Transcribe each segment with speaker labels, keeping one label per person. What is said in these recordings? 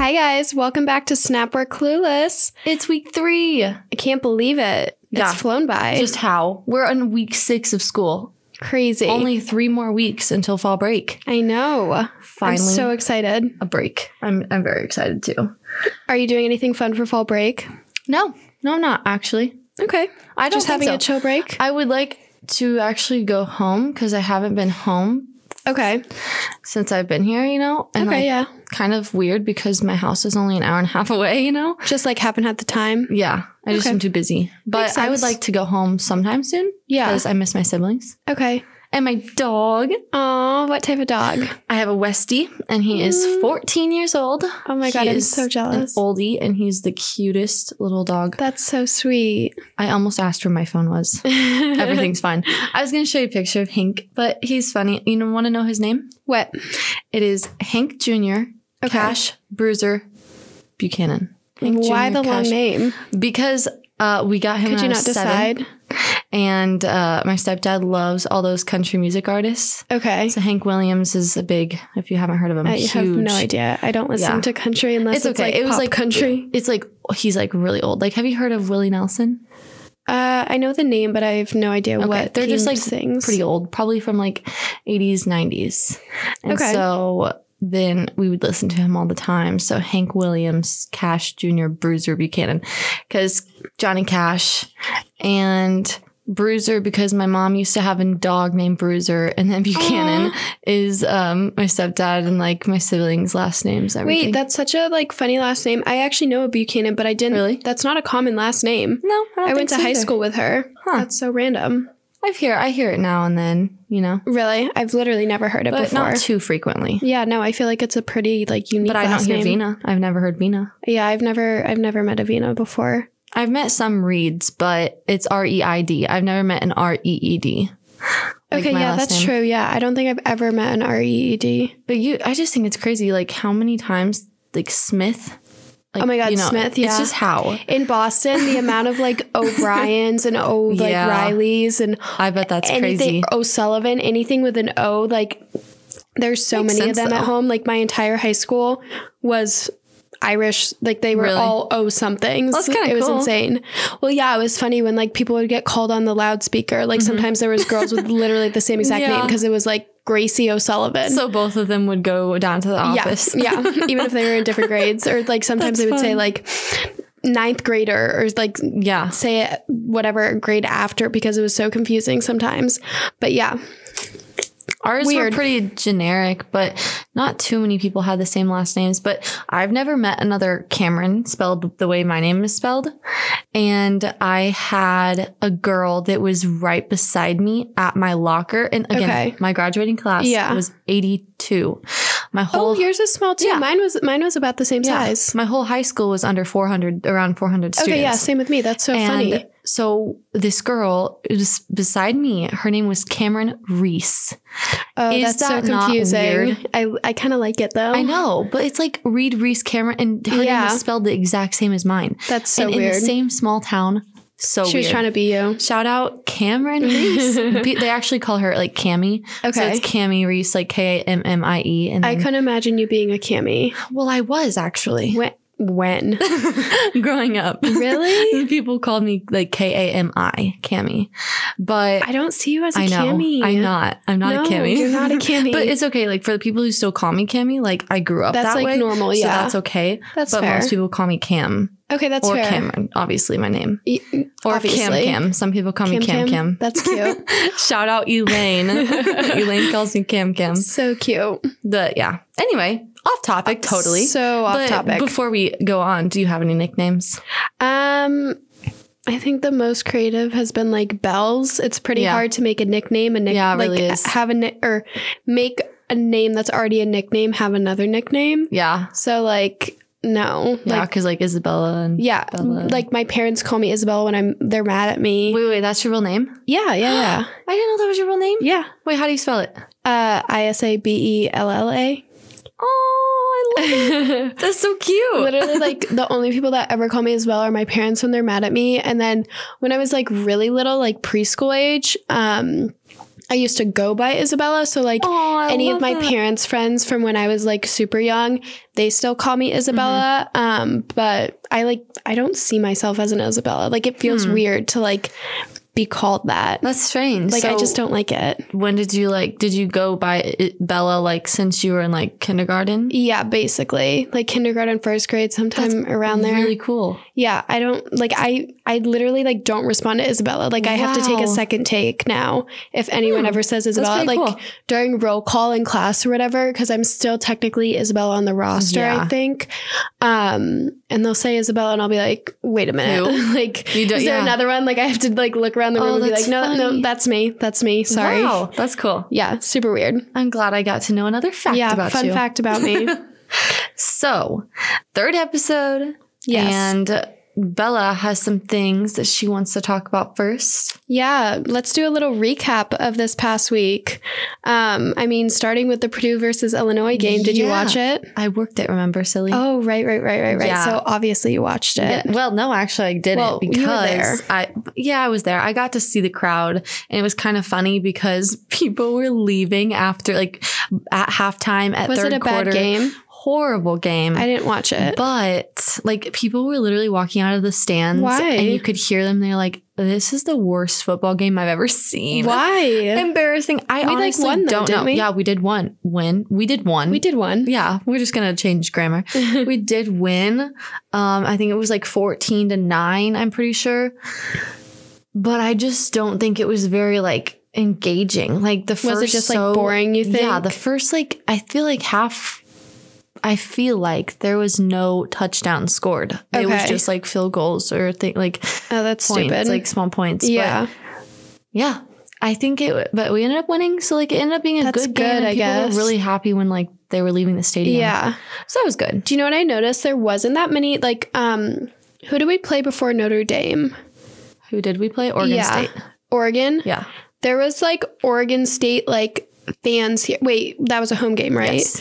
Speaker 1: Hi, guys. Welcome back to Snap We're Clueless.
Speaker 2: It's week three.
Speaker 1: I can't believe it.
Speaker 2: Yeah.
Speaker 1: It's flown by.
Speaker 2: Just how? We're on week six of school.
Speaker 1: crazy.
Speaker 2: Only three more weeks until fall break.
Speaker 1: I know.
Speaker 2: Finally,
Speaker 1: I'm so excited.
Speaker 2: a break. I'm, I'm very excited too.
Speaker 1: Are you doing anything fun for fall break?
Speaker 2: No, no, I'm not actually.
Speaker 1: Okay.
Speaker 2: I don't
Speaker 1: Just
Speaker 2: think
Speaker 1: having
Speaker 2: so.
Speaker 1: a chill break?
Speaker 2: I would like to actually go home because I haven't been home
Speaker 1: okay.
Speaker 2: since I've been here, you know? And
Speaker 1: okay,
Speaker 2: like,
Speaker 1: yeah.
Speaker 2: kind of weird because my house is only an hour and a half away, you know?
Speaker 1: Just like haven't had the time.
Speaker 2: Yeah, I just
Speaker 1: Okay.
Speaker 2: am too busy. But I would
Speaker 1: sense.
Speaker 2: like to go home sometime soon
Speaker 1: Yeah.
Speaker 2: because I miss my siblings
Speaker 1: Okay.
Speaker 2: and my dog.
Speaker 1: Oh, what type of dog?
Speaker 2: I have a Westie, and he is
Speaker 1: Mm.
Speaker 2: 14 years old.
Speaker 1: Oh my
Speaker 2: He
Speaker 1: god, I'm
Speaker 2: is
Speaker 1: so jealous.
Speaker 2: An oldie, and he's the cutest little dog.
Speaker 1: That's so sweet.
Speaker 2: I almost asked where my phone was.
Speaker 1: Everything.
Speaker 2: Everything's fine. I was going to show you a picture of Hank, but he's funny. You know, want to know his name?
Speaker 1: What?
Speaker 2: It is Hank Jr.
Speaker 1: Okay.
Speaker 2: Cash Bruiser Buchanan. Hank
Speaker 1: Why
Speaker 2: Jr.
Speaker 1: the long
Speaker 2: Cash-
Speaker 1: name?
Speaker 2: Because uh, we got him.
Speaker 1: Could
Speaker 2: when
Speaker 1: you
Speaker 2: I
Speaker 1: not
Speaker 2: was seven,
Speaker 1: decide?
Speaker 2: and uh, my stepdad loves all those country music artists.
Speaker 1: Okay.
Speaker 2: So Hank Williams is a big. If you haven't heard of him,
Speaker 1: I
Speaker 2: huge.
Speaker 1: have no idea. I don't listen
Speaker 2: Yeah.
Speaker 1: to country unless it's,
Speaker 2: It's okay.
Speaker 1: like
Speaker 2: It was
Speaker 1: pop
Speaker 2: like-
Speaker 1: country.
Speaker 2: It's like he's like really old. Like, have you heard of Willie Nelson?
Speaker 1: Uh, I know the name, but I have no idea
Speaker 2: Okay,
Speaker 1: what
Speaker 2: they're
Speaker 1: he
Speaker 2: just, like,
Speaker 1: sings.
Speaker 2: Pretty old, probably from like 80s, 90s. And
Speaker 1: Okay.
Speaker 2: so then we would listen to him all the time. So Hank Williams, Cash Jr., Bruiser Buchanan, because Johnny Cash and Bruiser, because my mom used to have a dog named Bruiser, and then Buchanan is um, my stepdad and like my siblings' last names. Everything.
Speaker 1: Wait, that's such a like funny last name. I actually know a Buchanan, but I didn't.
Speaker 2: Really?
Speaker 1: That's not a common last name.
Speaker 2: no, I, don't
Speaker 1: I went
Speaker 2: think
Speaker 1: to
Speaker 2: so
Speaker 1: high
Speaker 2: either.
Speaker 1: school with her.
Speaker 2: Huh.
Speaker 1: That's so random.
Speaker 2: I hear I hear it now and then, you know,
Speaker 1: Really, I've literally never heard it
Speaker 2: but
Speaker 1: before.
Speaker 2: not too frequently.
Speaker 1: yeah, no, I feel like it's a pretty like unique.
Speaker 2: But I don't
Speaker 1: last
Speaker 2: hear
Speaker 1: name.
Speaker 2: Vina. I've never heard Vina.
Speaker 1: Yeah, I've never, I've never met a Vina before.
Speaker 2: I've met some Reeds, but it's R E I D. I've never met an R E E D. Like
Speaker 1: okay,
Speaker 2: my
Speaker 1: yeah,
Speaker 2: last
Speaker 1: that's
Speaker 2: name.
Speaker 1: true. Yeah, I don't think I've ever met an R E E D.
Speaker 2: But you, I just think it's crazy, like how many times, like Smith. Like,
Speaker 1: Oh my God, Smith, yeah.
Speaker 2: It's just how.
Speaker 1: In Boston, the amount of like O'Briens and O like
Speaker 2: Yeah.
Speaker 1: Rileys and
Speaker 2: I bet that's
Speaker 1: anything
Speaker 2: crazy.
Speaker 1: O'Sullivan, anything with an O, like there's so
Speaker 2: Makes
Speaker 1: many of
Speaker 2: sense,
Speaker 1: them at
Speaker 2: though.
Speaker 1: home. Like my entire high school was Irish, like they were
Speaker 2: Really?
Speaker 1: all O somethings.
Speaker 2: That's kinda
Speaker 1: it was
Speaker 2: cool.
Speaker 1: insane. Well, yeah, it was funny when like people would get called on the loudspeaker. Like sometimes there was girls with literally the same exact name
Speaker 2: Mm-hmm. Yeah.
Speaker 1: because it was like Gracie O'Sullivan.
Speaker 2: So both of them would go down to the office.
Speaker 1: Yeah, yeah. Even if they were in different grades, or like sometimes
Speaker 2: That's
Speaker 1: they would say
Speaker 2: fun.
Speaker 1: like ninth grader, or like
Speaker 2: yeah.
Speaker 1: say it whatever grade after because it was so confusing sometimes. But yeah,
Speaker 2: Ours
Speaker 1: Weird.
Speaker 2: were pretty generic, but not too many people had the same last names. But I've never met another Cameron spelled the way my name is spelled. And I had a girl that was right beside me at my locker. And again,
Speaker 1: Okay.
Speaker 2: my graduating class
Speaker 1: Yeah.
Speaker 2: was 82. My whole
Speaker 1: Oh, yours is small too.
Speaker 2: Yeah.
Speaker 1: Mine was mine was about the same
Speaker 2: yeah,
Speaker 1: size.
Speaker 2: my whole high school was under 400, around 400 students.
Speaker 1: Okay, yeah, same with me. That's so
Speaker 2: and
Speaker 1: funny.
Speaker 2: so this girl is beside me. Her name was Cameron Reese.
Speaker 1: Oh,
Speaker 2: is
Speaker 1: that's so
Speaker 2: that not
Speaker 1: confusing.
Speaker 2: weird?
Speaker 1: I I kind of like it though.
Speaker 2: I know, but it's like Reed Reese Cameron, and her
Speaker 1: Oh. Yeah.
Speaker 2: name is spelled the exact same as mine.
Speaker 1: That's so
Speaker 2: and
Speaker 1: weird.
Speaker 2: in the same small town. So
Speaker 1: she was
Speaker 2: weird.
Speaker 1: trying to be you.
Speaker 2: shout out Cameron Reese. Be- they actually call her like Cammy. So
Speaker 1: Okay.
Speaker 2: it's Cammy Reese, like K A M M I E. And
Speaker 1: I
Speaker 2: then,
Speaker 1: couldn't imagine you being a cami.
Speaker 2: well, I was actually
Speaker 1: When? When?
Speaker 2: growing up.
Speaker 1: really?
Speaker 2: People called me like K A M I, Cammy. But
Speaker 1: I don't see you as a
Speaker 2: I know
Speaker 1: cami.
Speaker 2: I'm not. I'm not
Speaker 1: No,
Speaker 2: a Cammy.
Speaker 1: You're not a cami.
Speaker 2: but it's okay. Like for the people who still call me Cammy, like I grew up
Speaker 1: that's
Speaker 2: that
Speaker 1: like
Speaker 2: way.
Speaker 1: normal.
Speaker 2: So
Speaker 1: Yeah,
Speaker 2: that's okay.
Speaker 1: that's,
Speaker 2: but
Speaker 1: fair.
Speaker 2: most people call me Cam.
Speaker 1: okay, that's
Speaker 2: or
Speaker 1: fair.
Speaker 2: Cameron, obviously my name.
Speaker 1: Y-
Speaker 2: Or
Speaker 1: Obviously.
Speaker 2: Cam Cam. Some people call me Cam Cam.
Speaker 1: That's cute.
Speaker 2: Shout out Elaine. Elaine calls me Cam Cam.
Speaker 1: so cute.
Speaker 2: The yeah. Anyway, off topic totally.
Speaker 1: So off
Speaker 2: But
Speaker 1: topic.
Speaker 2: Before we go on, do you have any nicknames?
Speaker 1: Um, I think the most creative has been like bells. It's pretty
Speaker 2: Yeah.
Speaker 1: hard to make a nickname and nick-
Speaker 2: Yeah, it really
Speaker 1: like
Speaker 2: is.
Speaker 1: have a ni- or make a name that's already a nickname have another nickname.
Speaker 2: Yeah.
Speaker 1: So like no,
Speaker 2: Yeah,
Speaker 1: like
Speaker 2: because like, Isabella and
Speaker 1: yeah,
Speaker 2: Bella.
Speaker 1: like my parents call me Isabel when I'm they're mad at me.
Speaker 2: Wait, wait, that's your real name?
Speaker 1: yeah, yeah, yeah,
Speaker 2: I didn't know that was your real name.
Speaker 1: yeah.
Speaker 2: Wait, how do you spell it?
Speaker 1: Uh, I S A B E L L A.
Speaker 2: Oh, love it. That's so cute.
Speaker 1: Literally, like the only people that ever call me as well are my parents when they're mad at me. And then when I was like really little, like preschool age, um, I used to go by Isabella. So like
Speaker 2: Aw, Oh, I
Speaker 1: any of
Speaker 2: love
Speaker 1: my
Speaker 2: that.
Speaker 1: parents' friends from when I was like super young, they still call me Isabella.
Speaker 2: Mm-hmm.
Speaker 1: Um, but I like I don't see myself as an Isabella. Like it feels
Speaker 2: Hmm.
Speaker 1: weird to like be called that.
Speaker 2: That's strange.
Speaker 1: Like I
Speaker 2: So
Speaker 1: just don't like it.
Speaker 2: When did you like? Did you go by I- Bella like since you were in like kindergarten?
Speaker 1: Yeah, basically. Like kindergarten, first grade, sometime around there.
Speaker 2: Really cool.
Speaker 1: yeah, I don't like I I literally like don't respond to Isabella. Like I have to take
Speaker 2: Wow.
Speaker 1: a second take now if anyone
Speaker 2: Hmm.
Speaker 1: ever says
Speaker 2: That's
Speaker 1: Isabella.
Speaker 2: pretty
Speaker 1: Like
Speaker 2: cool.
Speaker 1: during roll call in class or whatever, because I'm still technically Isabella on the roster,
Speaker 2: Yeah.
Speaker 1: I think. Um, and they'll say Isabella and I'll be like, wait a minute.
Speaker 2: Who?
Speaker 1: like
Speaker 2: You don't-
Speaker 1: is there
Speaker 2: yeah.
Speaker 1: another one? Like I have to like look around the
Speaker 2: Oh,
Speaker 1: room and be
Speaker 2: that's
Speaker 1: like, no,
Speaker 2: funny.
Speaker 1: no, that's me. That's me. Sorry.
Speaker 2: Wow, that's cool.
Speaker 1: Yeah, super weird.
Speaker 2: I'm glad I got to know another fact
Speaker 1: yeah,
Speaker 2: about
Speaker 1: fun
Speaker 2: you.
Speaker 1: fact about me.
Speaker 2: So, third episode.
Speaker 1: yes.
Speaker 2: And Bella has some things that she wants to talk about first.
Speaker 1: Yeah, let's do a little recap of this past week. Um, I mean, starting with the Purdue versus Illinois game. Did you
Speaker 2: Yeah.
Speaker 1: watch it?
Speaker 2: I worked it, remember, silly?
Speaker 1: Oh, right, right, right, right, right.
Speaker 2: Yeah.
Speaker 1: So obviously you watched
Speaker 2: Yeah,
Speaker 1: it.
Speaker 2: well, no, actually, I didn't
Speaker 1: Well, you were
Speaker 2: because
Speaker 1: there.
Speaker 2: I, yeah, I was there. I got to see the crowd, and it was kind of funny because people were leaving after, like, at halftime, at
Speaker 1: Was
Speaker 2: third
Speaker 1: it a
Speaker 2: quarter.
Speaker 1: bad game?
Speaker 2: Horrible game.
Speaker 1: I didn't watch it.
Speaker 2: But like people were literally walking out of the stands
Speaker 1: Why?
Speaker 2: and you could hear them. They're like, this is the worst football game I've ever seen.
Speaker 1: Why?
Speaker 2: Embarrassing. I
Speaker 1: We, like,
Speaker 2: honestly
Speaker 1: won, though,
Speaker 2: don't
Speaker 1: didn't
Speaker 2: know.
Speaker 1: we?
Speaker 2: Yeah, we did one. Win. We did one.
Speaker 1: We did one.
Speaker 2: Yeah, we're just gonna change grammar. we did win. Um, I think it was like 14 to 9, I'm pretty sure. But I just don't think it was very like engaging. Like the first
Speaker 1: Was it just
Speaker 2: so-
Speaker 1: like boring, you think?
Speaker 2: yeah, the first like I feel like half I feel like there was no touchdown scored. It was
Speaker 1: Okay.
Speaker 2: just like field goals or thing like
Speaker 1: oh, that's
Speaker 2: points,
Speaker 1: stupid.
Speaker 2: like small points. But,
Speaker 1: yeah.
Speaker 2: yeah. I think it but we ended up winning, so like it ended up being a
Speaker 1: That's
Speaker 2: good game.
Speaker 1: good,
Speaker 2: and
Speaker 1: I
Speaker 2: people
Speaker 1: guess.
Speaker 2: were really happy when like they were leaving the stadium.
Speaker 1: Yeah.
Speaker 2: So that was good.
Speaker 1: Do you know what I noticed? There wasn't that many, like, um, who do we play before Notre Dame?
Speaker 2: Who did we play? Oregon
Speaker 1: Yeah.
Speaker 2: State.
Speaker 1: Oregon?
Speaker 2: Yeah.
Speaker 1: There was like Oregon State, like, fans here. Wait, that was a home game, right?
Speaker 2: Yes.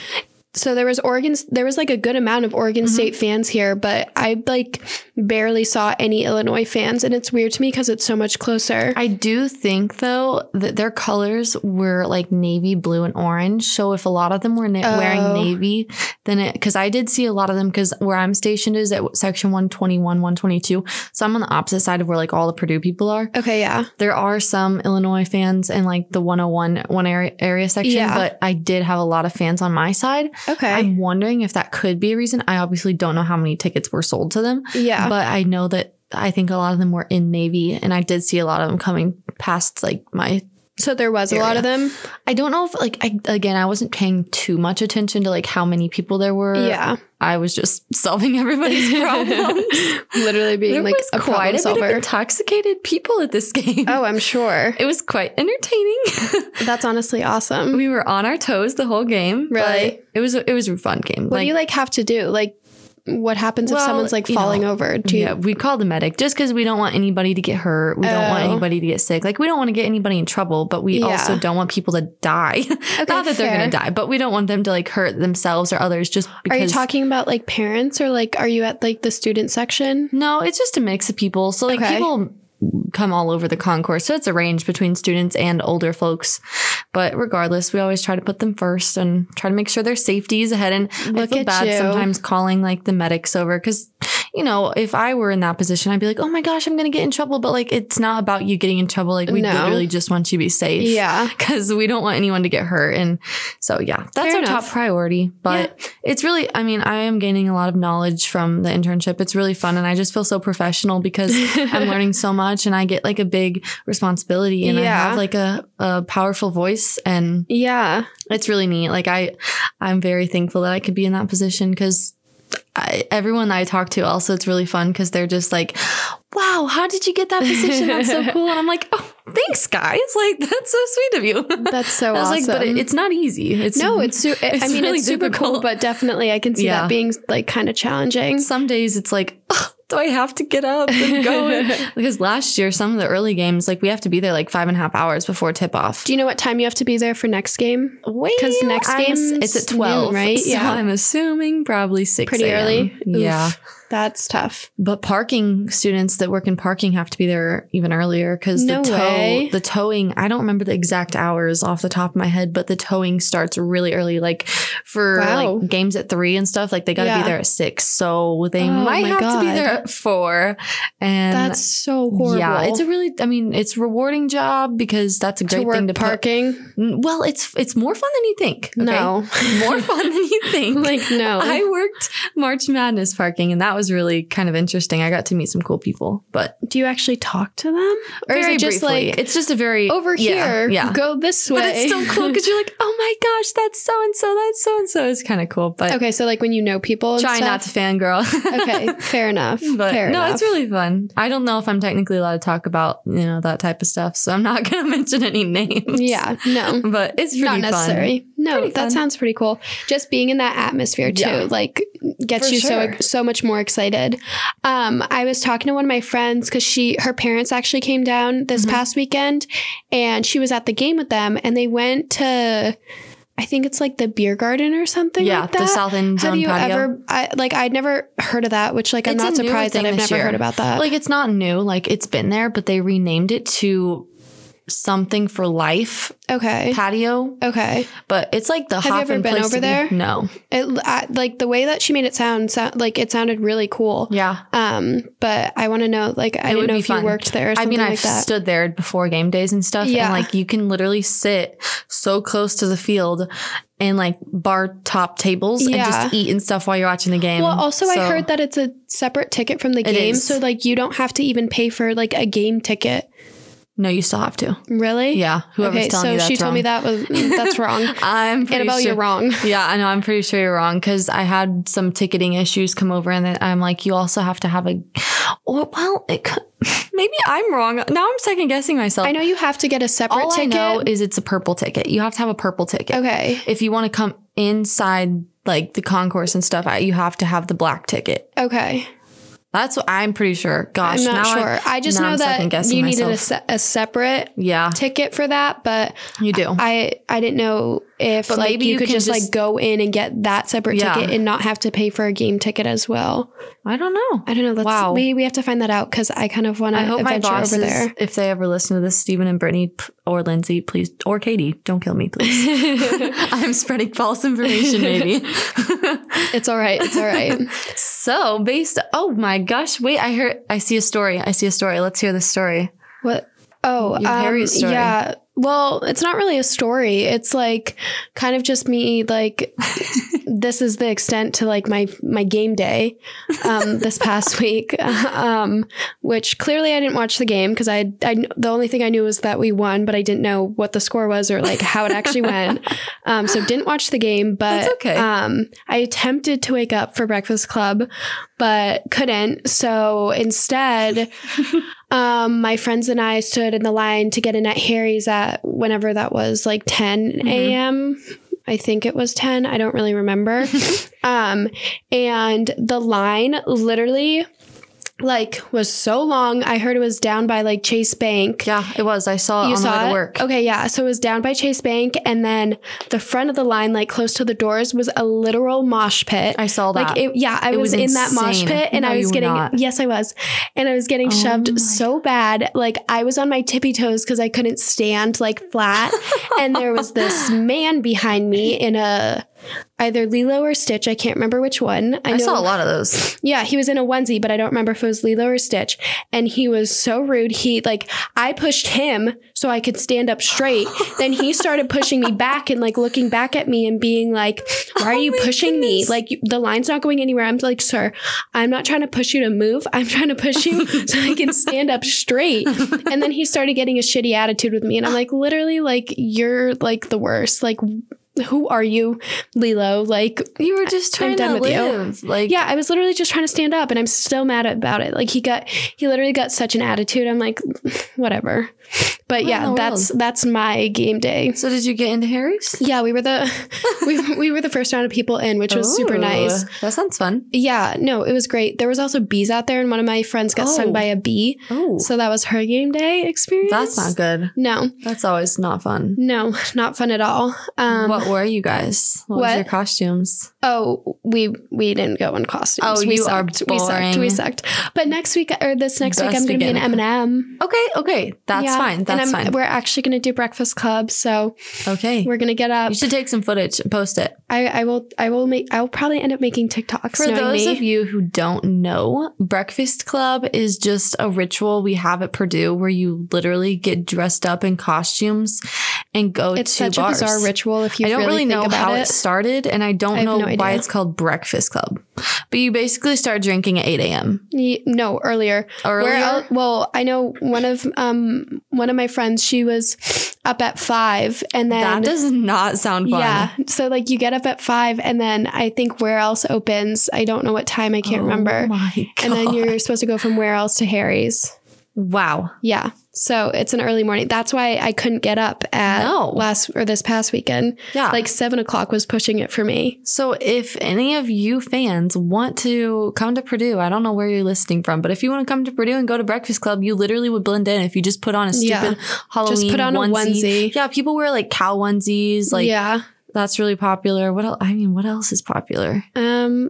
Speaker 1: so there was Oregon there was like a good amount of Oregon
Speaker 2: Mm-hmm.
Speaker 1: State fans here, but I like barely saw any Illinois fans and it's weird to me cuz it's so much closer.
Speaker 2: I do think though that their colors were like navy blue and orange. So if a lot of them were na- wearing
Speaker 1: Oh.
Speaker 2: navy, then it because I did see a lot of them because where I'm stationed is at section 121, 122. So I'm on the opposite side of where like all the Purdue people are.
Speaker 1: okay, yeah.
Speaker 2: There are some Illinois fans in like the 101 one area, area section,
Speaker 1: Yeah.
Speaker 2: but I did have a lot of fans on my side.
Speaker 1: Okay.
Speaker 2: I'm wondering if that could be a reason. I obviously don't know how many tickets were sold to them,
Speaker 1: yeah.
Speaker 2: but I know that I think a lot of them were in Navy, and I did see a lot of them coming past like my.
Speaker 1: so there was a lot of them.
Speaker 2: I don't know if like I again I wasn't paying too much attention to like how many people there were.
Speaker 1: Yeah.
Speaker 2: I was just solving everybody's problems.
Speaker 1: Literally being
Speaker 2: there
Speaker 1: like
Speaker 2: was
Speaker 1: a
Speaker 2: quite
Speaker 1: problem
Speaker 2: a bit of
Speaker 1: solver.
Speaker 2: intoxicated people at this game.
Speaker 1: oh, I'm sure.
Speaker 2: It was quite entertaining.
Speaker 1: That's honestly awesome.
Speaker 2: we were on our toes the whole game. but
Speaker 1: Really?
Speaker 2: it was it was a fun game.
Speaker 1: what do you like have to do? Like what happens
Speaker 2: Well,
Speaker 1: if someone's like
Speaker 2: you know,
Speaker 1: falling over? Do you
Speaker 2: yeah, we called the medic just because we don't want anybody to get hurt. We don't want
Speaker 1: Oh.
Speaker 2: anybody to get sick. Like we don't want to get anybody in trouble, but we
Speaker 1: Yeah.
Speaker 2: also don't want people to die. Not that they're
Speaker 1: fair.
Speaker 2: gonna die, but we don't want them to like hurt themselves or others just
Speaker 1: Are
Speaker 2: because
Speaker 1: you talking about like parents or like are you at like the student section?
Speaker 2: No, it's just a mix of people. So like
Speaker 1: Mm-hmm. Okay.
Speaker 2: people come all over the concourse. So it's a range between students and older folks. But regardless, we always try to put them first and try to make sure their safety is ahead. And
Speaker 1: Look
Speaker 2: I feel
Speaker 1: at
Speaker 2: bad
Speaker 1: you.
Speaker 2: sometimes calling like the medics over because you know, if I were in that position, I'd be like, oh my gosh, I'm gonna get in trouble. But like it's not about you getting in trouble. Like we
Speaker 1: No.
Speaker 2: literally just want you to be safe.
Speaker 1: Yeah.
Speaker 2: Because we don't want anyone to get hurt. And so, yeah, that's
Speaker 1: Fair
Speaker 2: our
Speaker 1: enough.
Speaker 2: top priority. But it's really, I mean, I am gaining a lot of knowledge from the internship. It's really fun. And I just feel so professional because I'm learning so much and I get like a big responsibility and I
Speaker 1: Yeah.
Speaker 2: have like a, a powerful voice. And
Speaker 1: Yeah.
Speaker 2: it's really neat. Like, I, I'm very thankful that I could be in that position because. I, everyone that I talk to also, it's really fun because they're just like, wow, how did you get that position? That's so cool. And I'm like, oh, thanks, guys. Like, that's so sweet of you.
Speaker 1: That's so
Speaker 2: I was
Speaker 1: awesome.
Speaker 2: like, but it, it's not easy. It's
Speaker 1: no, it's, su-
Speaker 2: it's
Speaker 1: I mean,
Speaker 2: really
Speaker 1: it's super cool,
Speaker 2: difficult.
Speaker 1: but definitely I can see
Speaker 2: Yeah.
Speaker 1: that being like kind of challenging.
Speaker 2: some days it's like "Ugh, do I have to get up and go? And, because last year, some of the early games, like we have to be there like five and a half hours before tip off.
Speaker 1: Do you know what time you have to be there for next game?
Speaker 2: Wait,
Speaker 1: 'Cause next game's
Speaker 2: it's at
Speaker 1: noon,
Speaker 2: twelve,
Speaker 1: right?
Speaker 2: So
Speaker 1: Yeah.
Speaker 2: I'm assuming probably six.
Speaker 1: Pretty
Speaker 2: a.m.
Speaker 1: early.
Speaker 2: Yeah,
Speaker 1: Oof. that's tough.
Speaker 2: but parking students that work in parking have to be there even earlier because
Speaker 1: No
Speaker 2: the tow,
Speaker 1: way.
Speaker 2: the towing. I don't remember the exact hours off the top of my head, but the towing starts really early, like for
Speaker 1: Wow.
Speaker 2: like games at three and stuff. Like they got to
Speaker 1: Yeah.
Speaker 2: be there at six, so they
Speaker 1: Oh
Speaker 2: might
Speaker 1: my
Speaker 2: have to be
Speaker 1: God.
Speaker 2: there at four. And
Speaker 1: that's so horrible.
Speaker 2: yeah, it's a really. I mean, it's a rewarding job because that's a
Speaker 1: to
Speaker 2: great
Speaker 1: work
Speaker 2: thing to put-
Speaker 1: parking.
Speaker 2: N- Well, it's it's more fun than you think. okay?
Speaker 1: No,
Speaker 2: more fun than you think.
Speaker 1: like no.
Speaker 2: I worked March Madness parking, and that was really kind of interesting. I got to meet some cool people, but
Speaker 1: Do you actually talk to them, or is it just
Speaker 2: briefly.
Speaker 1: like
Speaker 2: it's just a very
Speaker 1: over
Speaker 2: yeah,
Speaker 1: here?
Speaker 2: Yeah,
Speaker 1: go this way.
Speaker 2: but it's still cool because you're like, oh my gosh, that's so and so, that's so and so. It's kind of cool, but
Speaker 1: okay, so like when you know people, and
Speaker 2: try not to
Speaker 1: stuff?
Speaker 2: fangirl.
Speaker 1: okay, fair enough.
Speaker 2: But
Speaker 1: fair
Speaker 2: no,
Speaker 1: enough.
Speaker 2: it's really fun. I don't know if I'm technically allowed to talk about, you know, that type of stuff. So I'm not going to mention any names.
Speaker 1: yeah. No,
Speaker 2: But it's pretty
Speaker 1: not necessary. No,
Speaker 2: Pretty
Speaker 1: that
Speaker 2: fun.
Speaker 1: sounds pretty cool. Just being in that atmosphere too,
Speaker 2: Yeah.
Speaker 1: like gets
Speaker 2: For
Speaker 1: you
Speaker 2: sure.
Speaker 1: so so much more excited. Um, I was talking to one of my friends because she her parents actually came down this
Speaker 2: Mhm.
Speaker 1: past weekend, and she was at the game with them, and they went to. I think it's like the beer garden or something.
Speaker 2: fun. Yeah,
Speaker 1: like that.
Speaker 2: the South End Zone
Speaker 1: Have you
Speaker 2: patio.
Speaker 1: ever? I, like I'd never heard of that, which like I'm
Speaker 2: It's
Speaker 1: not
Speaker 2: a newer
Speaker 1: surprised that
Speaker 2: thing
Speaker 1: I've
Speaker 2: this
Speaker 1: never
Speaker 2: year.
Speaker 1: heard about that.
Speaker 2: like it's not new, like it's been there, but they renamed it to something for life
Speaker 1: okay,
Speaker 2: patio.
Speaker 1: okay.
Speaker 2: But it's like the
Speaker 1: Have you
Speaker 2: hop
Speaker 1: ever
Speaker 2: and
Speaker 1: been
Speaker 2: place
Speaker 1: over
Speaker 2: to be-
Speaker 1: there?
Speaker 2: No.
Speaker 1: It I, like the way that she made it sound, sound like it sounded really cool.
Speaker 2: Yeah.
Speaker 1: Um, but I want to know, like, I
Speaker 2: It would
Speaker 1: didn't know
Speaker 2: be
Speaker 1: if
Speaker 2: fun.
Speaker 1: you worked there or
Speaker 2: I
Speaker 1: something
Speaker 2: mean, I've
Speaker 1: like that.
Speaker 2: stood there before game days and stuff,
Speaker 1: Yeah.
Speaker 2: and like you can literally sit so close to the field and like bar top tables and
Speaker 1: Yeah.
Speaker 2: just eat and stuff while you're watching the game.
Speaker 1: well, also,
Speaker 2: So-
Speaker 1: I heard that it's a separate ticket from the
Speaker 2: It
Speaker 1: game,
Speaker 2: is.
Speaker 1: so like you don't have to even pay for like a game ticket.
Speaker 2: No, you still have to.
Speaker 1: Really?
Speaker 2: Yeah, whoever's
Speaker 1: okay,
Speaker 2: telling
Speaker 1: so
Speaker 2: you that's
Speaker 1: she told me
Speaker 2: wrong.
Speaker 1: that was mm, that's wrong.
Speaker 2: I'm pretty
Speaker 1: Annabelle,
Speaker 2: sure.
Speaker 1: you're wrong.
Speaker 2: Yeah, I know. I'm pretty sure you're wrong because I had some ticketing issues come over, and then I'm like, you also have to have a. Or, well, it, could- maybe I'm wrong. Now I'm second guessing myself.
Speaker 1: I know you have to get a separate
Speaker 2: All
Speaker 1: ticket.
Speaker 2: I know is it's a purple ticket. You have to have a purple ticket.
Speaker 1: okay.
Speaker 2: If you want to come inside like the concourse and stuff, I- you have to have the black ticket.
Speaker 1: Okay.
Speaker 2: That's what I'm pretty sure. Gosh,
Speaker 1: I'm not
Speaker 2: now I-
Speaker 1: sure. I, just
Speaker 2: now
Speaker 1: know
Speaker 2: I'm
Speaker 1: that
Speaker 2: second-guessing
Speaker 1: you needed a,
Speaker 2: myself.
Speaker 1: se- a separate
Speaker 2: yeah,
Speaker 1: ticket for that, but
Speaker 2: you do.
Speaker 1: I I didn't know if
Speaker 2: But
Speaker 1: like
Speaker 2: maybe
Speaker 1: you,
Speaker 2: you
Speaker 1: could
Speaker 2: can
Speaker 1: just,
Speaker 2: just-
Speaker 1: like go in and get that separate
Speaker 2: Yeah.
Speaker 1: ticket and not have to pay for a game ticket as well.
Speaker 2: I don't know.
Speaker 1: I don't know. Let's,
Speaker 2: Wow.
Speaker 1: We we have to find that out because I kind of want
Speaker 2: I
Speaker 1: to
Speaker 2: hope my
Speaker 1: adventure over
Speaker 2: bosses,
Speaker 1: there.
Speaker 2: if they ever listen to this, Stephen and Brittany p- or Lindsay, please, or Katie, don't kill me, please. I'm spreading false information, maybe.
Speaker 1: It's all right. It's all right.
Speaker 2: so, based, oh my gosh, wait, I heard, I see a story. I see a story. Let's hear the story.
Speaker 1: what? Oh,
Speaker 2: Your
Speaker 1: um,
Speaker 2: Harry's story.
Speaker 1: yeah. Well, it's not really a story. It's like kind of just me. Like this is the extent to like my my game day um, this past week, um, which clearly I didn't watch the game because I, I kn- the only thing I knew was that we won, but I didn't know what the score was or like how it actually went. Um, so didn't watch the game, but
Speaker 2: That's okay.
Speaker 1: um, I attempted to wake up for Breakfast Club, but couldn't. So instead, um, my friends and I stood in the line to get in at Harry's at whenever that was, like 10
Speaker 2: Mhm.
Speaker 1: a.m. I think it was 10. I don't really remember. um, and the line literally like was so long. I heard it was down by like Chase Bank.
Speaker 2: Yeah, it was. I saw it
Speaker 1: You
Speaker 2: on the
Speaker 1: saw
Speaker 2: way to
Speaker 1: it?
Speaker 2: work.
Speaker 1: Okay, yeah. So it was down by Chase Bank, and then the front of the line, like close to the doors, was a literal mosh pit.
Speaker 2: I saw that.
Speaker 1: Like it, yeah, I
Speaker 2: It
Speaker 1: was,
Speaker 2: was
Speaker 1: in that mosh
Speaker 2: insane.
Speaker 1: pit, and
Speaker 2: No,
Speaker 1: I
Speaker 2: you
Speaker 1: was
Speaker 2: were
Speaker 1: getting
Speaker 2: not.
Speaker 1: yes, I was, and I was getting
Speaker 2: Oh my
Speaker 1: shoved so bad. Like I was on my tippy toes because I couldn't stand like flat, and there was this man behind me in a either Lilo or Stitch. I can't remember which one.
Speaker 2: I, saw a lot of those.
Speaker 1: Yeah, he was in a onesie, but I don't remember if it was Lilo or Stitch. And he was so rude. He like I pushed him so I could stand up straight. then he started pushing me back and like looking back at me and being like, "Why are
Speaker 2: Oh
Speaker 1: you
Speaker 2: my
Speaker 1: pushing
Speaker 2: goodness.
Speaker 1: me? Like you- the line's not going anywhere." I'm like, "Sir, I'm not trying to push you to move. I'm trying to push you so I can stand up straight." And then he started getting a shitty attitude with me, and I'm like, "Literally, like you're like the worst. Like." who are you, Lilo? Like,
Speaker 2: You were just trying
Speaker 1: done
Speaker 2: to
Speaker 1: with you.
Speaker 2: live. Like
Speaker 1: yeah, I was literally just trying to stand up and I'm still mad about it. Like he got he literally got such an attitude. I'm like, whatever. But
Speaker 2: in the
Speaker 1: yeah,
Speaker 2: world?
Speaker 1: that's that's my game day.
Speaker 2: So did you get into Harry's?
Speaker 1: Yeah, we were the we, we were the first round of people in, which was super
Speaker 2: Ooh,
Speaker 1: nice.
Speaker 2: That sounds fun.
Speaker 1: Yeah, no, it was great. There was also bees out there and one of my friends got
Speaker 2: Oh.
Speaker 1: stung by a bee.
Speaker 2: Oh,
Speaker 1: So that was her game day experience.
Speaker 2: that's not good.
Speaker 1: No,
Speaker 2: That's always not fun.
Speaker 1: no, not fun at all. Um,
Speaker 2: what were you guys? What, was
Speaker 1: what?
Speaker 2: your costumes?
Speaker 1: Oh, we we didn't go in costumes.
Speaker 2: Oh,
Speaker 1: we
Speaker 2: you are
Speaker 1: sucked. We sucked.
Speaker 2: boring.
Speaker 1: We sucked. But next week or this next week,
Speaker 2: Best
Speaker 1: I'm going to be an
Speaker 2: beginner.
Speaker 1: Eminem.
Speaker 2: Okay, okay, that's
Speaker 1: Yeah.
Speaker 2: fine.
Speaker 1: and
Speaker 2: That's
Speaker 1: I'm,
Speaker 2: fine.
Speaker 1: We're actually going to do Breakfast Club, so
Speaker 2: Okay,
Speaker 1: we're going to get up.
Speaker 2: you should take some footage and post it.
Speaker 1: I, I will. I will make. I'll probably end up making TikToks.
Speaker 2: For
Speaker 1: knowing
Speaker 2: those
Speaker 1: me.
Speaker 2: of you who don't know, Breakfast Club is just a ritual we have at Purdue where you literally get dressed up in costumes and go
Speaker 1: it's
Speaker 2: to
Speaker 1: such
Speaker 2: bars.
Speaker 1: a bizarre ritual. If you
Speaker 2: I don't really,
Speaker 1: really, think
Speaker 2: know
Speaker 1: about
Speaker 2: how it.
Speaker 1: it.
Speaker 2: started, and I don't
Speaker 1: I have
Speaker 2: know
Speaker 1: no
Speaker 2: why
Speaker 1: idea.
Speaker 2: it's called Breakfast Club. But you basically start drinking at 8 a.m.
Speaker 1: Ye- no, earlier.
Speaker 2: Earlier.
Speaker 1: Where el- well, I know one of um one of my friends. She was up at five, and then
Speaker 2: that does not sound fun.
Speaker 1: Yeah. So like you get up at five and then I think where else opens. I don't know what time. I can't
Speaker 2: Oh
Speaker 1: remember.
Speaker 2: My God.
Speaker 1: And then you're supposed to go from where else to Harry's.
Speaker 2: wow.
Speaker 1: Yeah. So it's an early morning. That's why I couldn't get up at
Speaker 2: No. Ah.
Speaker 1: last or this past weekend.
Speaker 2: Yeah.
Speaker 1: Like seven o'clock was pushing it for me.
Speaker 2: So if any of you fans want to come to Purdue, I don't know where you're listening from, but if you want to come to Purdue and go to Breakfast Club, you literally would blend in if you just put on a
Speaker 1: Yeah.
Speaker 2: stupid Halloween
Speaker 1: Just put on
Speaker 2: onesie.
Speaker 1: a onesie.
Speaker 2: Yeah, people wear like cow onesies. Like
Speaker 1: yeah.
Speaker 2: that's really popular. What else? I mean, what else is popular?
Speaker 1: Um,